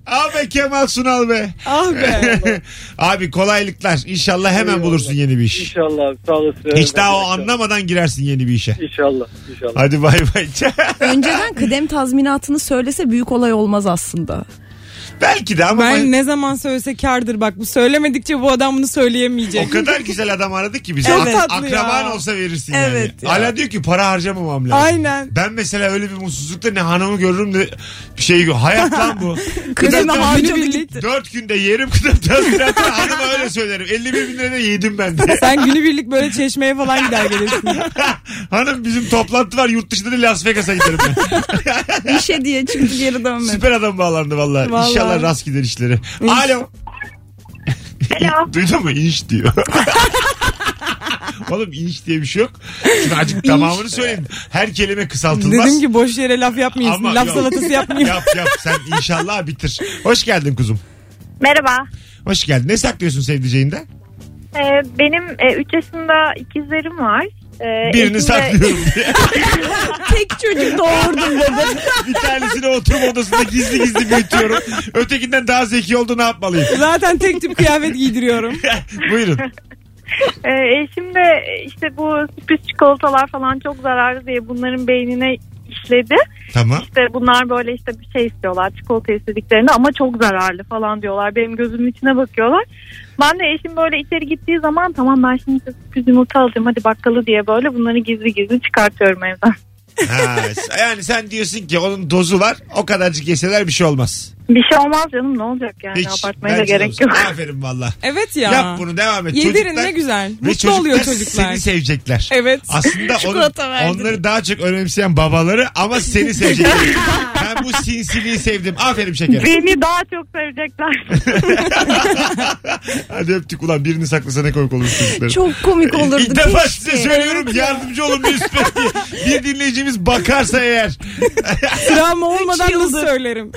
Speaker 2: Abi Kemal Sunal be.
Speaker 3: Ah be.
Speaker 2: Abi kolaylıklar. İnşallah hemen
Speaker 4: Eyvallah.
Speaker 2: bulursun yeni bir iş.
Speaker 4: İnşallah abi, sağ olasın.
Speaker 2: Hiç daha o
Speaker 4: İnşallah.
Speaker 2: anlamadan girersin yeni bir işe.
Speaker 4: İnşallah. inşallah.
Speaker 2: Hadi bay bay.
Speaker 7: Önceden kıdem tazminatını söylese büyük olay olmaz aslında.
Speaker 2: Belki de ama
Speaker 3: Ben ne zaman söylese kardır bak. Bu söylemedikçe bu adam bunu söyleyemeyecek.
Speaker 2: o kadar güzel adam aradık ki bize.
Speaker 3: Çok
Speaker 2: Ak-
Speaker 3: tatlı ya.
Speaker 2: akraban olsa verirsin
Speaker 3: Evet
Speaker 2: yani.
Speaker 3: ya.
Speaker 2: Hala diyor ki para harcamamam lazım.
Speaker 3: Aynen.
Speaker 2: Ben mesela öyle bir mutsuzlukta ne hanımı görürüm ne bir şey gör. Hayat lan bu.
Speaker 7: Kıdeme
Speaker 3: Kıdem
Speaker 7: harcadı
Speaker 3: günübirlik.
Speaker 7: gitti.
Speaker 2: Dört günde yerim kıdem tazminatı hanıma öyle söylerim. 51 bin liraya yedim ben de.
Speaker 3: Sen günübirlik böyle çeşmeye falan gider gelirsin.
Speaker 2: Hanım bizim toplantı var yurt dışında da Las Vegas'a giderim ben.
Speaker 7: İşe şey diye çünkü geri dönmedi.
Speaker 2: Süper adam bağlandı vallahi.
Speaker 3: Vallahi.
Speaker 2: İnşallah rast gider işleri. Alo.
Speaker 10: Alo.
Speaker 2: Duydun mu? İnş diyor. Oğlum inş diye bir şey yok. Şimdi azıcık tamamını söyleyeyim. Her kelime kısaltılmaz.
Speaker 3: Dedim ki boş yere laf yapmayayım.
Speaker 2: Ama
Speaker 3: Laf
Speaker 2: yok.
Speaker 3: salatası yapmayayım.
Speaker 2: Yap yap sen inşallah bitir. Hoş geldin kuzum.
Speaker 10: Merhaba.
Speaker 2: Hoş geldin. Ne saklıyorsun sevdiceğinden?
Speaker 10: Ee, benim 3 yaşında ikizlerim var. Ee,
Speaker 2: Birini
Speaker 10: eşimle-
Speaker 2: saklıyorum diye.
Speaker 7: Tek çocuk doğurdum baba.
Speaker 2: Bir tanesini oturma odasında gizli gizli büyütüyorum. Ötekinden daha zeki oldu ne yapmalıyım?
Speaker 3: Zaten tek tip kıyafet giydiriyorum.
Speaker 2: Buyurun.
Speaker 10: Ee, eşim de işte bu sürpriz çikolatalar falan çok zararlı diye bunların beynine işledi.
Speaker 2: Tamam.
Speaker 10: İşte bunlar böyle işte bir şey istiyorlar çikolata istediklerinde ama çok zararlı falan diyorlar. Benim gözümün içine bakıyorlar. Ben de eşim böyle içeri gittiği zaman tamam ben şimdi size sürpriz yumurta alacağım hadi bakkalı diye böyle bunları gizli gizli çıkartıyorum evden.
Speaker 2: Ha, yani sen diyorsun ki onun dozu var. O kadarcık yeseler bir şey olmaz.
Speaker 10: Bir şey olmaz canım ne olacak yani
Speaker 2: Hiç.
Speaker 10: abartmaya da
Speaker 2: Bence
Speaker 10: gerek
Speaker 2: olsun.
Speaker 10: yok.
Speaker 2: Aferin valla.
Speaker 3: Evet ya.
Speaker 2: Yap bunu devam et.
Speaker 3: Yedirin
Speaker 2: Çocuklar-
Speaker 3: ne güzel.
Speaker 2: Ve
Speaker 3: Mutlu oluyor çocuklar.
Speaker 2: seni sevecekler.
Speaker 3: Evet.
Speaker 2: Aslında onu-
Speaker 7: Çikolata verdin.
Speaker 2: onları daha çok önemseyen babaları ama seni sevecekler. ben ben bu sinsiliği sevdim. Aferin şekerim.
Speaker 10: Beni daha çok sevecekler.
Speaker 2: Hadi öptük ulan birini saklasana koy olur çocukların.
Speaker 7: Çok komik olurdu.
Speaker 2: İlk defa
Speaker 7: keşke.
Speaker 2: size söylüyorum yardımcı olun bir üstüne. Bir dinleyicimiz bakarsa eğer
Speaker 3: Travma olmadan
Speaker 7: Üç yıldır.
Speaker 3: nasıl söylerim?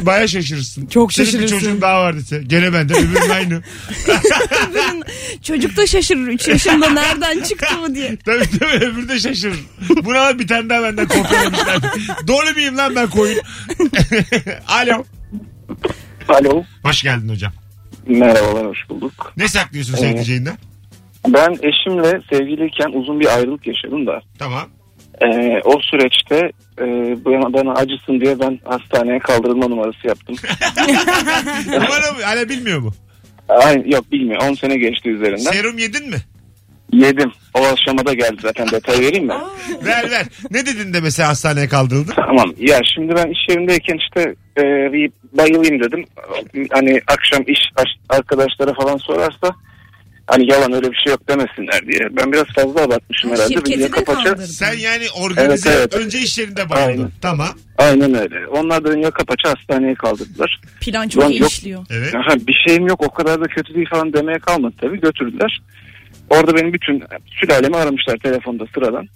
Speaker 2: baya E, şaşırırsın.
Speaker 3: Çok
Speaker 2: Senin bir
Speaker 3: şaşırırsın.
Speaker 2: çocuğun daha var dese. Gene ben de öbürün aynı.
Speaker 7: Öbürün- Çocuk da şaşırır 3 yaşında nereden çıktı bu diye.
Speaker 2: Tabii tabii öbürü de şaşırır. Buna lan bir tane daha benden korkuyormuşlar. Doğru muyum lan ben koyun? Alo.
Speaker 5: Alo.
Speaker 2: Hoş geldin hocam.
Speaker 5: Merhabalar hoş bulduk.
Speaker 2: Ne saklıyorsun
Speaker 5: Evet.
Speaker 2: sevdiceğinden?
Speaker 5: Ben eşimle sevgiliyken uzun bir ayrılık yaşadım da.
Speaker 2: Tamam.
Speaker 5: Ee, o süreçte e, bana, bana acısın diye ben hastaneye kaldırılma numarası yaptım.
Speaker 2: Numara mı? Hala bilmiyor mu?
Speaker 5: Ay, yok bilmiyor 10 sene geçti üzerinden.
Speaker 2: Serum yedin mi?
Speaker 5: Yedim. O aşamada geldi zaten detay vereyim mi?
Speaker 2: Ver ver. Ne dedin de mesela hastaneye kaldırıldın?
Speaker 5: Tamam ya şimdi ben iş yerindeyken işte e, bir bayılayım dedim. Hani akşam iş aş- arkadaşlara falan sorarsa hani yalan öyle bir şey yok demesinler diye. Ben biraz fazla abartmışım
Speaker 7: Ha,
Speaker 5: herhalde.
Speaker 7: şirketi
Speaker 5: Bildiğin
Speaker 7: de
Speaker 5: kapaça-
Speaker 7: kaldırdın.
Speaker 2: Sen yani organize
Speaker 5: Evet, evet.
Speaker 2: önce iş yerinde bayıldın.
Speaker 5: Aynen.
Speaker 2: Tamam.
Speaker 5: Aynen öyle. Onlar da yaka paça hastaneye kaldırdılar.
Speaker 7: Plan çok
Speaker 5: Lan
Speaker 7: iyi
Speaker 5: yok.
Speaker 7: işliyor.
Speaker 2: Evet.
Speaker 5: Aha, bir şeyim yok o kadar da kötü değil falan demeye kalmadı tabii götürdüler. Orada benim bütün sülalemi aramışlar telefonda sıradan.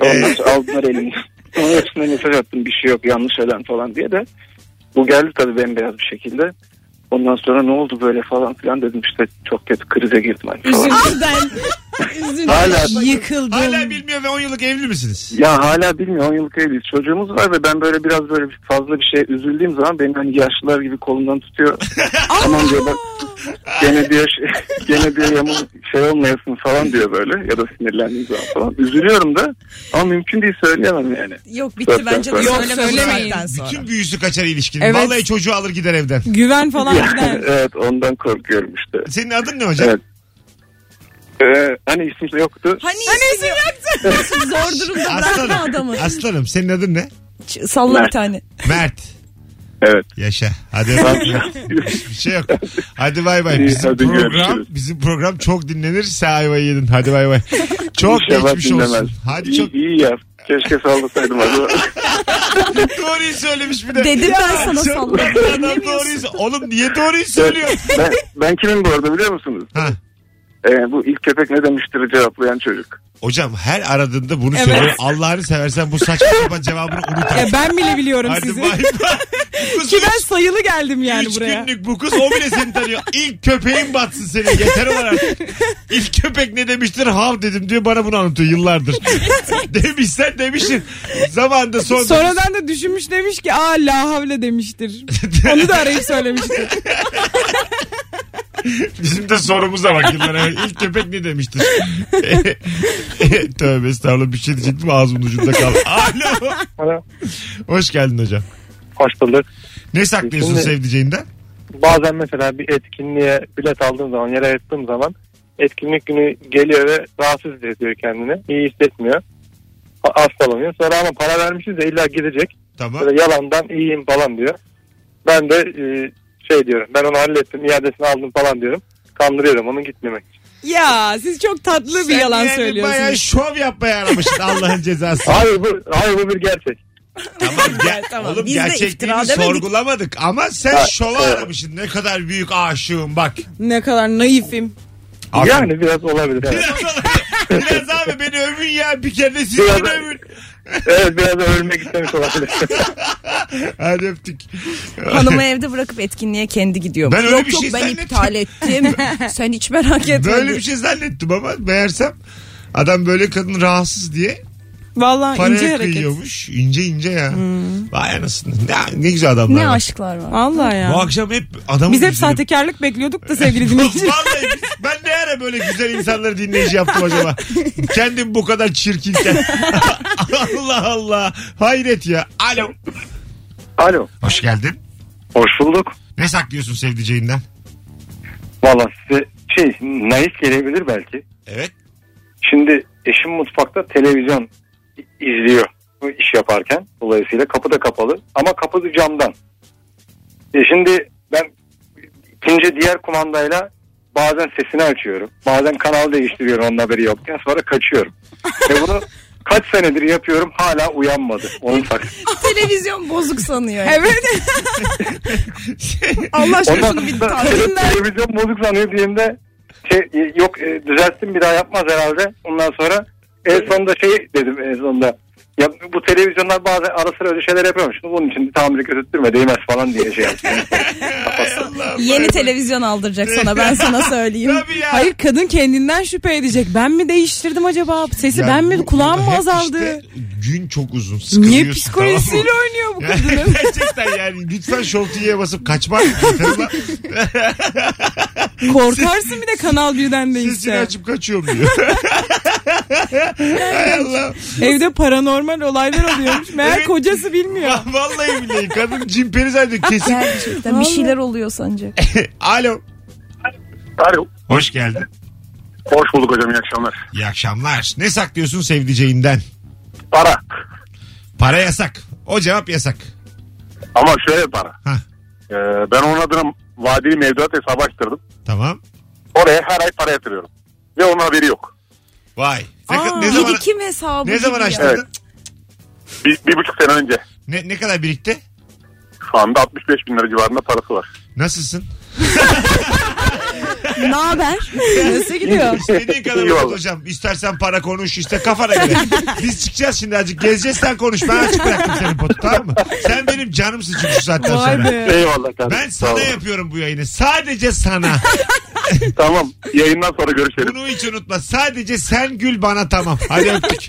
Speaker 5: Ondan sonra aldılar elimden. Sonra hepsine mesaj attım bir şey yok yanlış ölen falan diye de. Bu geldi tabii bembeyaz bir şekilde. Ondan sonra ne oldu böyle falan filan dedim işte çok kötü krize girdim. Hani falan.
Speaker 3: Üzüntüden. Üzüntüden
Speaker 5: Hala-
Speaker 3: yıkıldım.
Speaker 2: Hala bilmiyor ve 10 yıllık evli misiniz?
Speaker 5: Ya hala bilmiyor 10 yıllık evliyiz. Çocuğumuz var ve ben böyle biraz böyle bir- fazla bir şey üzüldüğüm zaman beni hani yaşlılar gibi kolumdan tutuyor. Aman diyor bak gene diyor şey- gene diyor yaman şey olmayasın falan diyor böyle ya da sinirlendiğim zaman falan. Üzülüyorum da ama mümkün değil söyleyemem yani.
Speaker 7: Yok bitti
Speaker 5: Zaten
Speaker 7: bence de
Speaker 5: sonra-
Speaker 3: Yok,
Speaker 7: söyleme bu
Speaker 3: söylemeyin.
Speaker 7: saatten sonra.
Speaker 2: Bütün büyüsü kaçar ilişkinin.
Speaker 3: Evet.
Speaker 2: Vallahi çocuğu alır gider evden.
Speaker 3: Güven falan gider.
Speaker 5: evet ondan korkuyorum işte.
Speaker 2: Senin adın ne hocam?
Speaker 5: Evet. Ee, hani isim de yoktu.
Speaker 7: Hani isim yaktı. Zor durumda bırakma
Speaker 2: Aslanım.
Speaker 7: adamı.
Speaker 2: Aslanım senin adın ne?
Speaker 7: Ç- Salla bir
Speaker 5: Mert.
Speaker 7: tane.
Speaker 2: Mert.
Speaker 5: Evet.
Speaker 2: Yaşa. Hadi öpüyorum. bir şey yok. Hadi bay bay.
Speaker 5: İyi,
Speaker 2: Bizim
Speaker 5: hadi
Speaker 2: program
Speaker 5: görüşürüz.
Speaker 2: bizim program çok dinlenir. Sen ayvayı yedin. Hadi bay bay. Çok
Speaker 5: İnşallah
Speaker 2: geçmiş
Speaker 5: dinlemez.
Speaker 2: olsun. Hadi
Speaker 5: İyi,
Speaker 2: çok
Speaker 5: iyi ya. Keşke sallasaydım acaba.
Speaker 2: doğruyu söylemiş bir de.
Speaker 7: Dedim ben
Speaker 2: Ya,
Speaker 7: sana
Speaker 2: çok-
Speaker 7: salladım.
Speaker 2: Adam
Speaker 7: Dinlemiyorsun.
Speaker 2: doğruyu sö- Oğlum niye doğruyu söylüyor?
Speaker 5: ben, ben kimim bu arada biliyor musunuz?
Speaker 2: ha.
Speaker 5: Ee, bu ilk köpek ne demiştir cevaplayan çocuk.
Speaker 2: Hocam her aradığında bunu
Speaker 3: Evet.
Speaker 2: söylüyor. Allah'ını seversen bu saçma sapan cevabını unut.
Speaker 3: Ya ben bile biliyorum
Speaker 2: Hadi
Speaker 3: sizi.
Speaker 2: bay bay. Kız
Speaker 3: Ki
Speaker 2: üç-
Speaker 3: ben sayılı geldim yani
Speaker 2: üç
Speaker 3: buraya.
Speaker 2: günlük bu kız o bile seni tanıyor. İlk köpeğin batsın seni yeter olarak. İlk köpek ne demiştir hav dedim diyor bana bunu anlatıyor yıllardır. Demişsen demişsin. Zamanında son
Speaker 3: Sonradan da düşünmüş demiş ki aa la havle demiştir. Onu da arayıp söylemiştir.
Speaker 2: Bizim de sorumuza bak yıllara. bak. İlk köpek ne demiştir? Tövbe estağfurullah bir şey diyecektim ağzımın ucunda kaldı. Alo.
Speaker 5: Alo.
Speaker 2: Hoş geldin hocam.
Speaker 5: Hoş bulduk.
Speaker 2: Ne saklıyorsun
Speaker 5: Şimdi-
Speaker 2: sevdiceğinden?
Speaker 5: bazen mesela bir etkinliğe bilet aldığım zaman, yer ayırttığım zaman etkinlik günü geliyor ve rahatsız hissediyor kendini. İyi hissetmiyor. Ha- Hastalanıyor. Sonra ama para vermişiz de illa gidecek.
Speaker 2: Tamam.
Speaker 5: Böyle yalandan iyiyim falan diyor. Ben de e, şey diyorum. Ben onu hallettim, iadesini aldım falan diyorum. Kandırıyorum onu gitmemek. için.
Speaker 3: Ya siz çok tatlı bir
Speaker 2: Sen
Speaker 3: yalan
Speaker 2: yani Bayağı
Speaker 3: söylüyorsunuz.
Speaker 2: şov yapmaya aramışsın Allah'ın cezası.
Speaker 5: Hayır bu, hayır bu bir gerçek.
Speaker 2: Tamam, ger-
Speaker 7: Tamam,
Speaker 2: Oğlum
Speaker 7: biz de iftira
Speaker 2: gerçekliğini
Speaker 7: demedik.
Speaker 2: sorgulamadık ama sen
Speaker 5: Ha,
Speaker 2: şova
Speaker 5: evet.
Speaker 2: aramışsın. Ne kadar büyük aşığım bak.
Speaker 3: Ne kadar naifim.
Speaker 2: Abi-
Speaker 5: Yani biraz olabilir. Evet,
Speaker 2: Biraz, biraz abi beni övün ya bir kere de siz
Speaker 5: Biraz-
Speaker 2: beni övün.
Speaker 5: evet biraz da ölmek istemiş olabilir.
Speaker 2: Hadi öptük.
Speaker 7: Hanımı evde bırakıp etkinliğe kendi gidiyor.
Speaker 2: Ben öyle
Speaker 7: yok
Speaker 2: bir
Speaker 7: yok
Speaker 2: şey
Speaker 7: ben
Speaker 2: zannettim.
Speaker 7: iptal ettim. Sen hiç merak etme.
Speaker 2: Böyle
Speaker 7: diye.
Speaker 2: bir şey zannettim ama meğersem adam böyle kadın rahatsız diye
Speaker 3: Vallahi ince
Speaker 2: paraya
Speaker 3: hareket.
Speaker 2: kıyıyormuş. İnce ince ya. Vay anasını. Ne, ne güzel adamlar.
Speaker 7: Hmm. Ne
Speaker 2: var.
Speaker 7: aşklar var.
Speaker 3: Vallahi
Speaker 2: Bu
Speaker 3: ya.
Speaker 2: akşam hep adamın
Speaker 3: Biz hep
Speaker 2: güzelim.
Speaker 3: sahtekarlık bekliyorduk da sevgili dinleyiciler.
Speaker 2: Vallahi biz- ben ne ara böyle güzel insanları dinleyici yaptım acaba? Kendim bu kadar çirkinken. Allah Allah. Hayret ya. Alo.
Speaker 5: Alo.
Speaker 2: Hoş geldin.
Speaker 5: Hoş bulduk.
Speaker 2: Ne saklıyorsun sevdiceğinden?
Speaker 5: Valla size şey naif gelebilir belki.
Speaker 2: Evet.
Speaker 5: Şimdi eşim mutfakta televizyon i- izliyor bu iş yaparken. Dolayısıyla kapı da kapalı ama kapı da camdan. E şimdi ben ikinci diğer kumandayla bazen sesini açıyorum. Bazen kanal değiştiriyorum onun haberi yokken sonra kaçıyorum. Ve bunu Kaç senedir yapıyorum hala uyanmadı. Onun tak.
Speaker 7: Televizyon bozuk sanıyor.
Speaker 3: Evet. Allah aşkına
Speaker 5: Ondan
Speaker 3: şunu bir
Speaker 5: sonra
Speaker 3: tarif.
Speaker 5: televizyon bozuk sanıyor diyeyim şey, e, yok e, düzelttim bir daha yapmaz herhalde. Ondan sonra en sonunda şey dedim en sonunda. Ya bu televizyonlar bazen ara sıra öyle şeyler yapıyormuş. Bunun için tamiri götürtme değmez falan diye şey yaptım.
Speaker 7: Yeni televizyon aldıracak sana ben sana söyleyeyim.
Speaker 2: Tabii ya.
Speaker 3: Hayır kadın kendinden şüphe edecek. Ben mi değiştirdim acaba? Sesi
Speaker 2: Ya
Speaker 3: ben mi?
Speaker 2: bu-
Speaker 3: Kulağım mı
Speaker 2: hep
Speaker 3: azaldı?
Speaker 2: işte gün çok uzun. sıkılıyorsun,
Speaker 3: Niye
Speaker 2: tamam mı?
Speaker 3: psikolojisiyle oynuyor bu
Speaker 2: Yani
Speaker 3: kadının?
Speaker 2: Gerçekten yani lütfen şortiye basıp kaçmak.
Speaker 3: Korkarsın bir de Kanal 1'den de
Speaker 2: Sesini
Speaker 3: işte.
Speaker 2: açıp kaçıyorum diyor. Hay Allah.
Speaker 3: Evde paranormal olaylar oluyormuş. Meğer
Speaker 2: Evet.
Speaker 3: kocası bilmiyor.
Speaker 2: Ya vallahi billahi kadın cimperi zannediyor kesin.
Speaker 7: Gerçekten bir şeyler oluyor sancak.
Speaker 2: Alo.
Speaker 5: Alo.
Speaker 2: Hoş geldin.
Speaker 5: Hoş bulduk hocam iyi akşamlar.
Speaker 2: İyi akşamlar. Ne saklıyorsun sevdiceğinden?
Speaker 5: Para.
Speaker 2: Para yasak. O cevap yasak.
Speaker 5: Ama şöyle para.
Speaker 2: Hah.
Speaker 5: Ee, ben onun adına vadeli mevduat hesabı açtırdım.
Speaker 2: Tamam.
Speaker 5: Oraya her ay para yatırıyorum. Ve onun haberi yok.
Speaker 2: Vay. Ne,
Speaker 7: Aa,
Speaker 2: ne zaman,
Speaker 7: birikim hesabı
Speaker 2: ne zaman
Speaker 7: gibi ya.
Speaker 2: açtırdın?
Speaker 5: Evet. Bir, bir buçuk sene önce.
Speaker 2: Ne, ne kadar birikti?
Speaker 5: Şu anda 65 bin lira civarında parası var.
Speaker 2: Nasılsın?
Speaker 7: Ne haber?
Speaker 3: Nasıl gidiyor?
Speaker 2: İstediğin kadar
Speaker 5: İyi
Speaker 2: anlat
Speaker 5: oldu.
Speaker 2: hocam. İstersen para konuş, işte kafana göre. Biz çıkacağız şimdi azıcık. Gezeceğiz sen konuş. Ben açık bıraktım senin potu tamam mı? Sen benim canımsın çünkü şu saatten
Speaker 3: Vay
Speaker 2: sonra.
Speaker 3: be.
Speaker 5: Eyvallah kardeşim.
Speaker 2: Ben sana
Speaker 5: Sağ ol.
Speaker 2: yapıyorum bu yayını. Sadece sana.
Speaker 5: Tamam. Yayından sonra görüşelim.
Speaker 2: Bunu hiç unutma. Sadece sen gül bana tamam. Hadi öptük.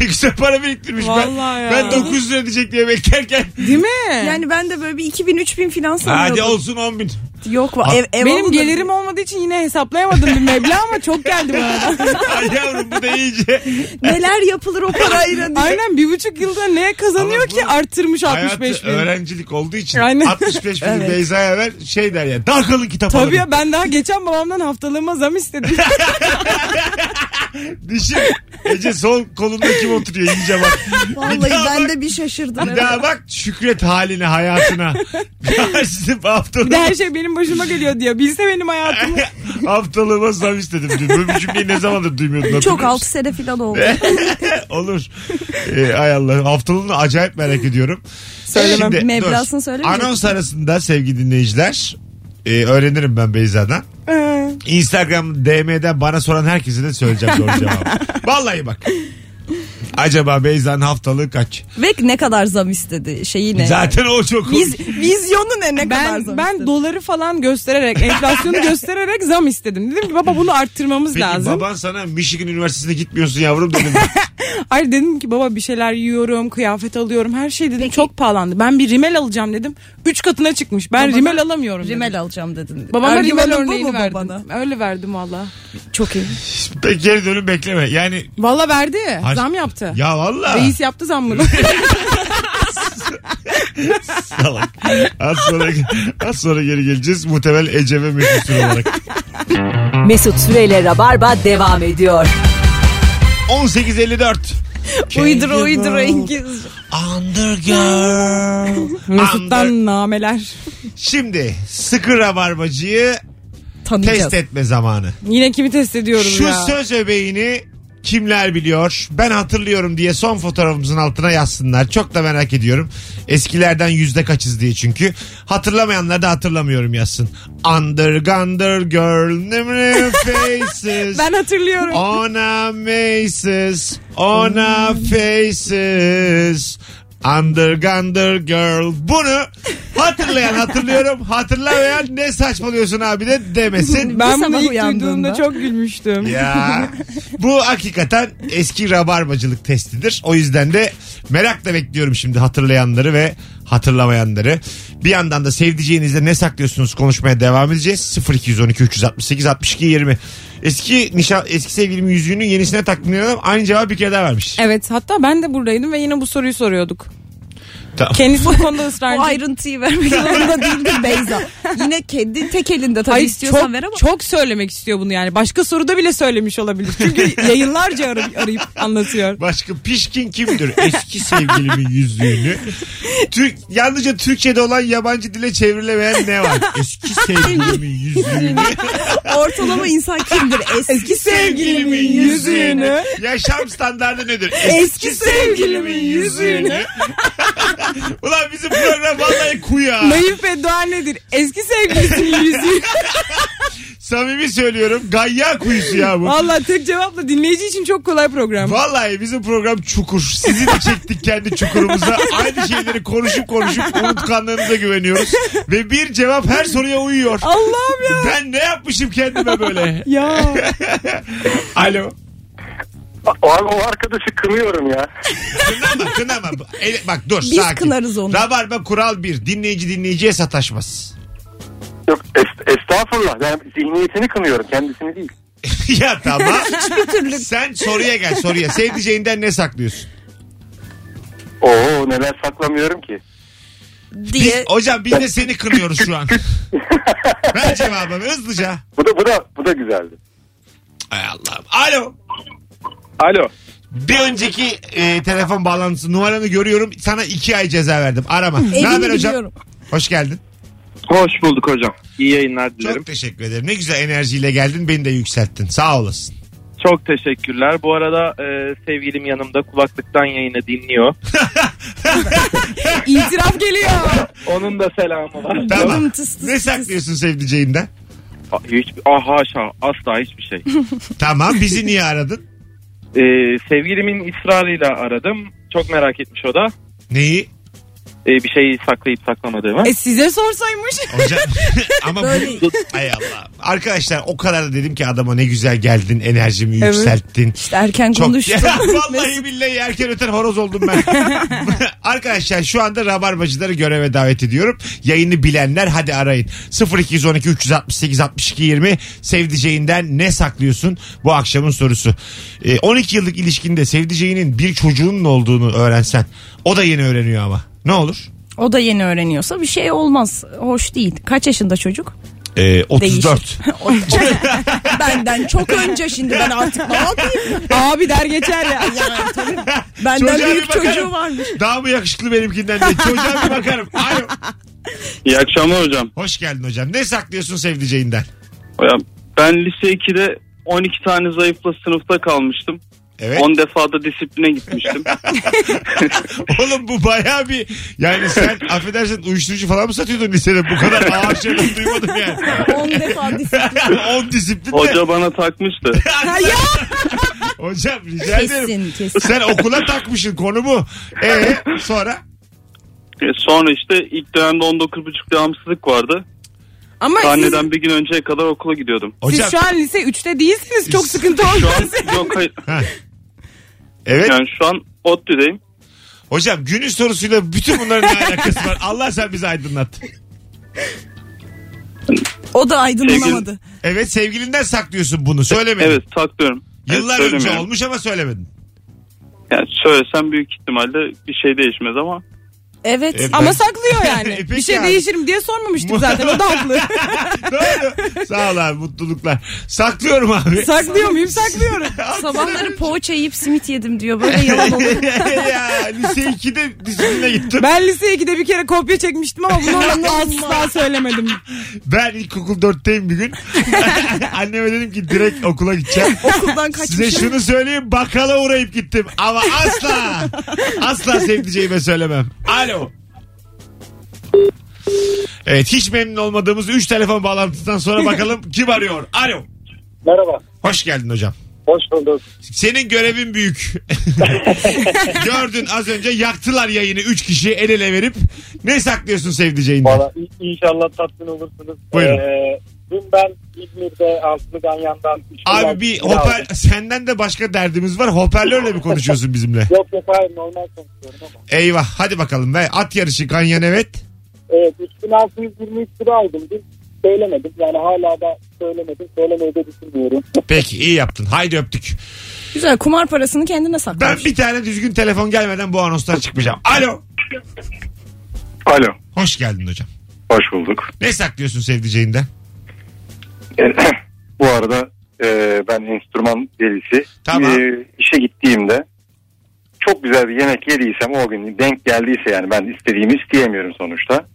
Speaker 2: ne güzel para biriktirmiş. Ben,
Speaker 3: Vallahi ya.
Speaker 2: ben 900 lira diyecek diye beklerken.
Speaker 3: Değil mi?
Speaker 7: Yani ben de böyle bir 2000 3000 falan
Speaker 2: Hadi
Speaker 7: sanıyordum.
Speaker 2: olsun 10 bin.
Speaker 7: Yok var. Ev, ev
Speaker 3: Benim
Speaker 7: aldım.
Speaker 3: gelirim olmadığı için yine hesaplayamadım bir meblağ ama çok geldi bana.
Speaker 2: Ay yavrum bu da iyice.
Speaker 7: neler yapılır o parayla diye.
Speaker 3: Aynen bir buçuk yılda ne kazanıyor
Speaker 2: Ama bu
Speaker 3: ki arttırmış
Speaker 2: Hayatı
Speaker 3: 65 bin.
Speaker 2: öğrencilik olduğu için
Speaker 3: Aynen.
Speaker 2: 65 bin
Speaker 7: Evet.
Speaker 2: Beyza'ya ver şey der ya. Daha kalın kitap
Speaker 3: Tabii
Speaker 2: alırım.
Speaker 3: ya ben daha geçen babamdan haftalığıma zam istedim.
Speaker 2: Dişim. Ece sol kolunda kim oturuyor iyice bak.
Speaker 7: Vallahi
Speaker 2: Bir daha
Speaker 7: ben
Speaker 2: bak.
Speaker 7: de bir şaşırdım.
Speaker 2: Bir daha bak şükret haline hayatına. Karşısında
Speaker 3: Bir de
Speaker 2: haftalık.
Speaker 3: her şey benim başıma geliyor diyor. Bilse benim hayatımı.
Speaker 2: Haftalığıma zam istedim diyor. Böyle bir cümleyi ne zamandır duymuyordun.
Speaker 7: Çok
Speaker 2: hatırlıyor musun?
Speaker 7: 6 sene falan oldu.
Speaker 2: Olur. Ee, ay Allah. Haftalığını acayip merak ediyorum.
Speaker 7: Söylemem.
Speaker 2: Şimdi,
Speaker 7: Meblasını
Speaker 2: dur.
Speaker 7: söylemeyecek
Speaker 2: Anons arasında sevgili dinleyiciler. e, öğrenirim ben Beyza'dan.
Speaker 3: Ee,
Speaker 2: Instagram DM'den bana soran herkese de söyleyeceğim doğru cevabı. Vallahi bak. Acaba Beyza'nın haftalığı kaç?
Speaker 7: Ve ne kadar zam istedi şeyi ne?
Speaker 2: Zaten o çok
Speaker 7: Viz- vizyonu ne ne kadar
Speaker 3: ben
Speaker 7: zam
Speaker 3: ben
Speaker 7: istedi?
Speaker 3: doları falan göstererek, enflasyonu göstererek zam istedim. Dedim ki baba bunu arttırmamız
Speaker 2: Peki
Speaker 3: lazım.
Speaker 2: baban sana Michigan Üniversitesi'ne gitmiyorsun yavrum dedim.
Speaker 3: Hayır dedim ki baba bir şeyler yiyorum, kıyafet alıyorum, her şey dedim çok pahalandı. Ben bir rimel alacağım dedim. Üç katına çıkmış. Ben
Speaker 7: Babana
Speaker 3: rimel alamıyorum. Dedim.
Speaker 7: Rimel alacağım dedin.
Speaker 3: Babama
Speaker 7: Argümanın
Speaker 3: rimel
Speaker 7: bu mu
Speaker 3: örneğini verdim.
Speaker 7: babana?
Speaker 3: Öyle verdim valla.
Speaker 7: Çok iyi.
Speaker 2: Peki geri dönüm bekleme. Yani
Speaker 3: Valla verdi.
Speaker 2: Hayır.
Speaker 3: Zam yaptı.
Speaker 2: ya valla.
Speaker 3: Reis yaptı zam bunu.
Speaker 2: Salak. Az sonra, az sonra geri geleceğiz. Muhtemel Ece ve Mesut Süre olarak.
Speaker 1: Mesut Süreyle Rabarba devam ediyor.
Speaker 2: 18.54.
Speaker 7: Uydura uydura İngilizce.
Speaker 2: Undergirl. Under.
Speaker 3: Mesut'tan nameler.
Speaker 2: Şimdi sıkı rabarbacıyı
Speaker 7: Tanıyacağız.
Speaker 2: test etme zamanı.
Speaker 3: Yine kimi test ediyorum
Speaker 2: Şu
Speaker 3: ya.
Speaker 2: söz öbeğini kimler biliyor? Ben hatırlıyorum diye son fotoğrafımızın altına yazsınlar. Çok da merak ediyorum. Eskilerden yüzde kaçız diye çünkü. Hatırlamayanlar da hatırlamıyorum yazsın. Under Gunder Girl Nimri Faces.
Speaker 3: Ben hatırlıyorum.
Speaker 2: Ona faces, ona faces. Under Gunder Girl. Bunu hatırlayan hatırlıyorum. Hatırlamayan ne saçmalıyorsun abi de demesin.
Speaker 7: Bu
Speaker 3: ben bunu
Speaker 7: sabah
Speaker 3: ilk
Speaker 7: uyandığında-
Speaker 3: duyduğumda çok gülmüştüm.
Speaker 2: Ya bu hakikaten eski rabarbacılık testidir. O yüzden de merakla bekliyorum şimdi hatırlayanları ve hatırlamayanları. Bir yandan da sevdiceğinizle ne saklıyorsunuz konuşmaya devam edeceğiz. 0212 368 62 20. Eski nişan eski sevgilim yüzüğünü yenisine takdim eden adam aynı cevabı bir kere daha vermiş.
Speaker 3: Evet hatta ben de buradaydım ve yine bu soruyu soruyorduk.
Speaker 2: Tamam.
Speaker 3: Kendisi bu konuda ısrarcı.
Speaker 7: Bu ayrıntıyı vermek zorunda değildir Beyza. Yine kendi tek elinde tabii
Speaker 3: Hayır,
Speaker 7: istiyorsan
Speaker 3: çok,
Speaker 7: ver ama.
Speaker 3: çok söylemek istiyor bunu yani. Başka soruda bile söylemiş olabilir. Çünkü yayınlarca arayıp, arayıp anlatıyor.
Speaker 2: Başka pişkin kimdir? Eski sevgilimin yüzüğünü. Türk, yalnızca Türkçe'de olan yabancı dile çevrilemeyen ne var? Eski sevgilimin yüzüğünü.
Speaker 7: Ortalama insan kimdir? Eski,
Speaker 2: sevgilimin yüzüğünü. Yaşam standartı nedir?
Speaker 3: Eski sevgilimin yüzüğünü.
Speaker 2: Ulan bizim program vallahi kuyu ha.
Speaker 3: Naif ve dua nedir? Eski sevgilisinin yüzüğü.
Speaker 2: Samimi söylüyorum. Gayya kuyusu ya bu.
Speaker 3: Valla tek cevapla dinleyici için çok kolay program.
Speaker 2: Vallahi bizim program çukur. Sizi de çektik kendi çukurumuza. Aynı şeyleri konuşup konuşup unutkanlığınıza güveniyoruz. Ve bir cevap her soruya uyuyor.
Speaker 3: Allah'ım ya.
Speaker 2: Ben ne yapmışım kendime böyle?
Speaker 3: Ya
Speaker 2: Alo.
Speaker 5: Abi o arkadaşı kınıyorum ya.
Speaker 2: Kınama kınama. E, bak dur
Speaker 7: Biz
Speaker 2: sakin.
Speaker 7: kınarız onu.
Speaker 2: Rabarba kural bir. Dinleyici dinleyiciye sataşmaz.
Speaker 5: Yok es- estağfurullah. Yani zihniyetini kınıyorum kendisini değil.
Speaker 2: ya tamam. Sen soruya gel soruya. Sevdiceğinden ne saklıyorsun?
Speaker 5: Oo neler saklamıyorum ki.
Speaker 2: Biz,
Speaker 7: diye.
Speaker 2: hocam biz de seni kınıyoruz şu an. Ver cevabımı hızlıca.
Speaker 5: Bu da bu da bu da güzeldi.
Speaker 2: Ay Allah'ım. Alo.
Speaker 6: Alo.
Speaker 2: Bir önceki e, telefon bağlantısı numaranı görüyorum. Sana iki ay ceza verdim. Arama. ne haber
Speaker 7: Evini
Speaker 2: hocam?
Speaker 7: biliyorum.
Speaker 2: Hoş geldin.
Speaker 6: Hoş bulduk hocam. İyi yayınlar
Speaker 2: Çok teşekkür ederim. Ne güzel enerjiyle geldin. Beni de yükselttin. Sağ olasın.
Speaker 6: Çok teşekkürler. Bu arada e, sevgilim yanımda kulaklıktan yayını dinliyor.
Speaker 3: itiraf geliyor.
Speaker 6: Onun da selamı var.
Speaker 2: Tamam.
Speaker 7: Canım tıs tıs
Speaker 2: Ne
Speaker 7: tıs.
Speaker 2: saklıyorsun sevdiceğinden?
Speaker 6: A- Hiç, ah haşa asla hiçbir şey.
Speaker 2: Tamam. Bizi niye aradın?
Speaker 6: E, sevgilimin ısrarıyla aradım. Çok merak etmiş o da.
Speaker 2: Neyi?
Speaker 6: E, bir şeyi saklayıp saklamadığımı.
Speaker 3: E size sorsaymış.
Speaker 2: Hocam ama
Speaker 7: Böyle-
Speaker 2: bu... Ay Allah. Arkadaşlar o kadar da dedim ki adama ne güzel geldin. Enerjimi yükselttin.
Speaker 7: Erken
Speaker 2: Çok...
Speaker 7: konuştum.
Speaker 2: Ya, vallahi billahi erken öten horoz oldum ben. Arkadaşlar şu anda rabarbacıları göreve davet ediyorum. Yayını bilenler hadi arayın. 0212 368 62 20 sevdiceğinden ne saklıyorsun bu akşamın sorusu. Ee, 12 yıllık ilişkinde sevdiceğinin bir çocuğunun olduğunu öğrensen o da yeni öğreniyor ama ne olur?
Speaker 7: O da yeni öğreniyorsa bir şey olmaz. Hoş değil. Kaç yaşında çocuk?
Speaker 2: Ee, 34.
Speaker 7: Benden çok önce şimdi ben artık ne yapayım?
Speaker 3: Abi der geçer ya.
Speaker 7: Benden
Speaker 2: Çocuğa bir
Speaker 7: büyük
Speaker 2: bakarım.
Speaker 7: çocuğu varmış.
Speaker 2: Daha mı yakışıklı benimkinden diye çocuğa bir bakarım. Alo.
Speaker 5: İyi akşamlar hocam.
Speaker 2: Hoş geldin hocam. Ne saklıyorsun sevdiceğinden?
Speaker 5: Hocam ben lise 2'de 12 tane zayıfla sınıfta kalmıştım.
Speaker 2: Evet.
Speaker 5: 10 defa da disipline gitmiştim.
Speaker 2: Oğlum bu baya bir yani sen affedersin uyuşturucu falan mı satıyordun lisede? Bu kadar ağır şey ben duymadım yani.
Speaker 7: 10 defa disiplin.
Speaker 2: 10 disiplin de.
Speaker 5: Hoca bana takmıştı.
Speaker 2: Hocam rica ederim.
Speaker 7: Kesin kesin.
Speaker 2: Sen okula takmışsın konu bu. Ee sonra?
Speaker 5: E, Sonra işte ilk dönemde 19.5 devamsızlık vardı.
Speaker 3: Ama siz,
Speaker 5: Anneden bir gün önceye kadar okula gidiyordum.
Speaker 2: Hocam.
Speaker 3: siz şu an lise 3'te değilsiniz. Çok sıkıntı olmaz.
Speaker 5: Şu an yok hayır.
Speaker 2: Ha. Evet.
Speaker 5: Yani şu an ODTÜ'deyim.
Speaker 2: Hocam günün sorusuyla bütün bunların ne alakası var? Allah sen bizi aydınlat.
Speaker 7: O da aydınlanamadı.
Speaker 2: Evet sevgilinden saklıyorsun bunu söylemedin.
Speaker 5: Evet saklıyorum. Evet,
Speaker 2: Yıllar önce
Speaker 5: söylemiyorum.
Speaker 2: olmuş ama söylemedin.
Speaker 5: Yani söylesem büyük ihtimalle bir şey değişmez ama.
Speaker 7: Evet.
Speaker 2: Evet.
Speaker 3: Ama saklıyor yani.
Speaker 2: E, peki
Speaker 3: bir şey
Speaker 2: abi.
Speaker 3: değişir mi diye sormamıştık zaten. O da haklı.
Speaker 2: Doğru. Sağ ol abi mutluluklar. Saklıyorum abi.
Speaker 3: Saklıyor muyum? Saklıyorum.
Speaker 7: Sabahları poğaça yiyip simit yedim diyor. Böyle yalan olur.
Speaker 2: ya lise 2'de disipline gittim.
Speaker 3: Ben lise 2'de bir kere kopya çekmiştim ama bunu ona asla söylemedim.
Speaker 2: Ben ilkokul 4'teyim bir gün. Anneme dedim ki direkt okula gideceğim.
Speaker 7: Okuldan
Speaker 2: Size
Speaker 7: kaçmışım.
Speaker 2: şunu söyleyeyim bakkala uğrayıp gittim. Ama asla asla sevdiceğime söylemem. Alo. Evet hiç memnun olmadığımız 3 telefon bağlantısından sonra bakalım kim arıyor. Alo.
Speaker 9: Merhaba.
Speaker 2: Hoş geldin hocam.
Speaker 9: Hoş bulduk.
Speaker 2: Senin görevin büyük. Gördün az önce yaktılar yayını 3 kişi el ele verip. Ne saklıyorsun sevdiceğinden?
Speaker 9: Valla i- inşallah tatmin olursunuz.
Speaker 2: Buyurun.
Speaker 9: Ee, dün ben İzmir'de Altılı Ganyan'dan... üç kilo
Speaker 2: Abi bir
Speaker 9: kilo
Speaker 2: hoper
Speaker 9: aldım.
Speaker 2: senden de başka derdimiz var. Hoparlörle mi konuşuyorsun bizimle?
Speaker 9: Yok yok hayır normal konuşuyorum ama.
Speaker 2: Eyvah hadi bakalım ve at yarışı Ganyan evet.
Speaker 9: Evet 3623 lira aldım dün. Söylemedim yani hala da söylemedim. Söylemeyi de düşünmüyorum.
Speaker 2: Peki iyi yaptın. Haydi öptük.
Speaker 7: Güzel kumar parasını kendine
Speaker 2: Ben
Speaker 7: saklamış.
Speaker 2: bir tane düzgün telefon gelmeden bu anonslar çıkmayacağım. Alo.
Speaker 5: Alo.
Speaker 2: Hoş geldin hocam.
Speaker 5: Hoş bulduk.
Speaker 2: Ne saklıyorsun sevdiceğinden?
Speaker 5: Bu arada e, ben enstrüman delisi.
Speaker 2: Tamam.
Speaker 5: E, işe gittiğimde çok güzel bir yemek yediysem o gün denk geldiyse yani ben istediğimi isteyemiyorum sonuçta.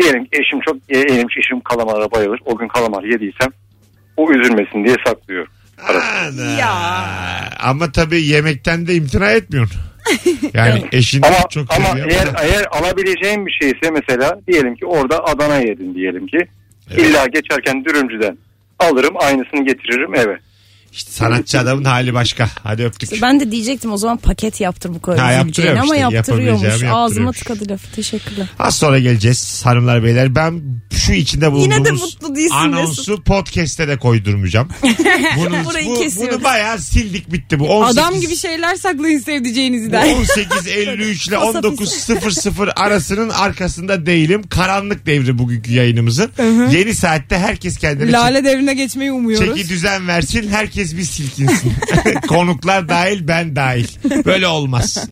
Speaker 5: Diyelim ki eşim çok e, elim eşim kalamara bayılır. O gün kalamar yediysem o üzülmesin diye saklıyorum.
Speaker 2: Ana. Ama tabii yemekten de imtina etmiyorsun. Yani eşin
Speaker 5: Ama
Speaker 2: çok şey
Speaker 5: ama
Speaker 2: seviyor.
Speaker 5: eğer
Speaker 2: ama-
Speaker 5: eğer alabileceğim bir şeyse mesela diyelim ki orada Adana yedim diyelim ki
Speaker 2: Evet.
Speaker 5: illa geçerken dürümcüden alırım aynısını getiririm eve.
Speaker 2: İşte sanatçı adamın hali başka. Hadi öptük.
Speaker 7: İşte ben de diyecektim o zaman paket yaptır bu
Speaker 2: Ha,
Speaker 7: kadar üzüleceğini
Speaker 2: yaptırıyormuş
Speaker 7: ama
Speaker 2: işte,
Speaker 7: yaptırıyormuş.
Speaker 2: yapabileceğimi
Speaker 7: Ağzıma
Speaker 2: yaptırıyormuş.
Speaker 7: tıkadı lafı teşekkürler.
Speaker 2: Az sonra geleceğiz hanımlar beyler. Ben şu içinde bulunduğumuz
Speaker 7: Yine de mutlu değilsin
Speaker 2: anonsu podcast'te de koydurmayacağım. Bunu,
Speaker 7: Burayı
Speaker 2: bu,
Speaker 7: kesiyoruz.
Speaker 2: bunu bayağı sildik bitti bu. 18,
Speaker 3: Adam gibi şeyler saklayın sevdiceğinizi der.
Speaker 2: 18.53 ile
Speaker 7: Pasa pisa.
Speaker 2: 19.00 arasının arkasında değilim. Karanlık devri bugünkü yayınımızın. Yeni saatte herkes kendini
Speaker 3: Lale devrine geçmeyi umuyoruz.
Speaker 2: Çeki düzen versin herkes bir silkinsin. Konuklar dahil ben dahil. Böyle olmaz.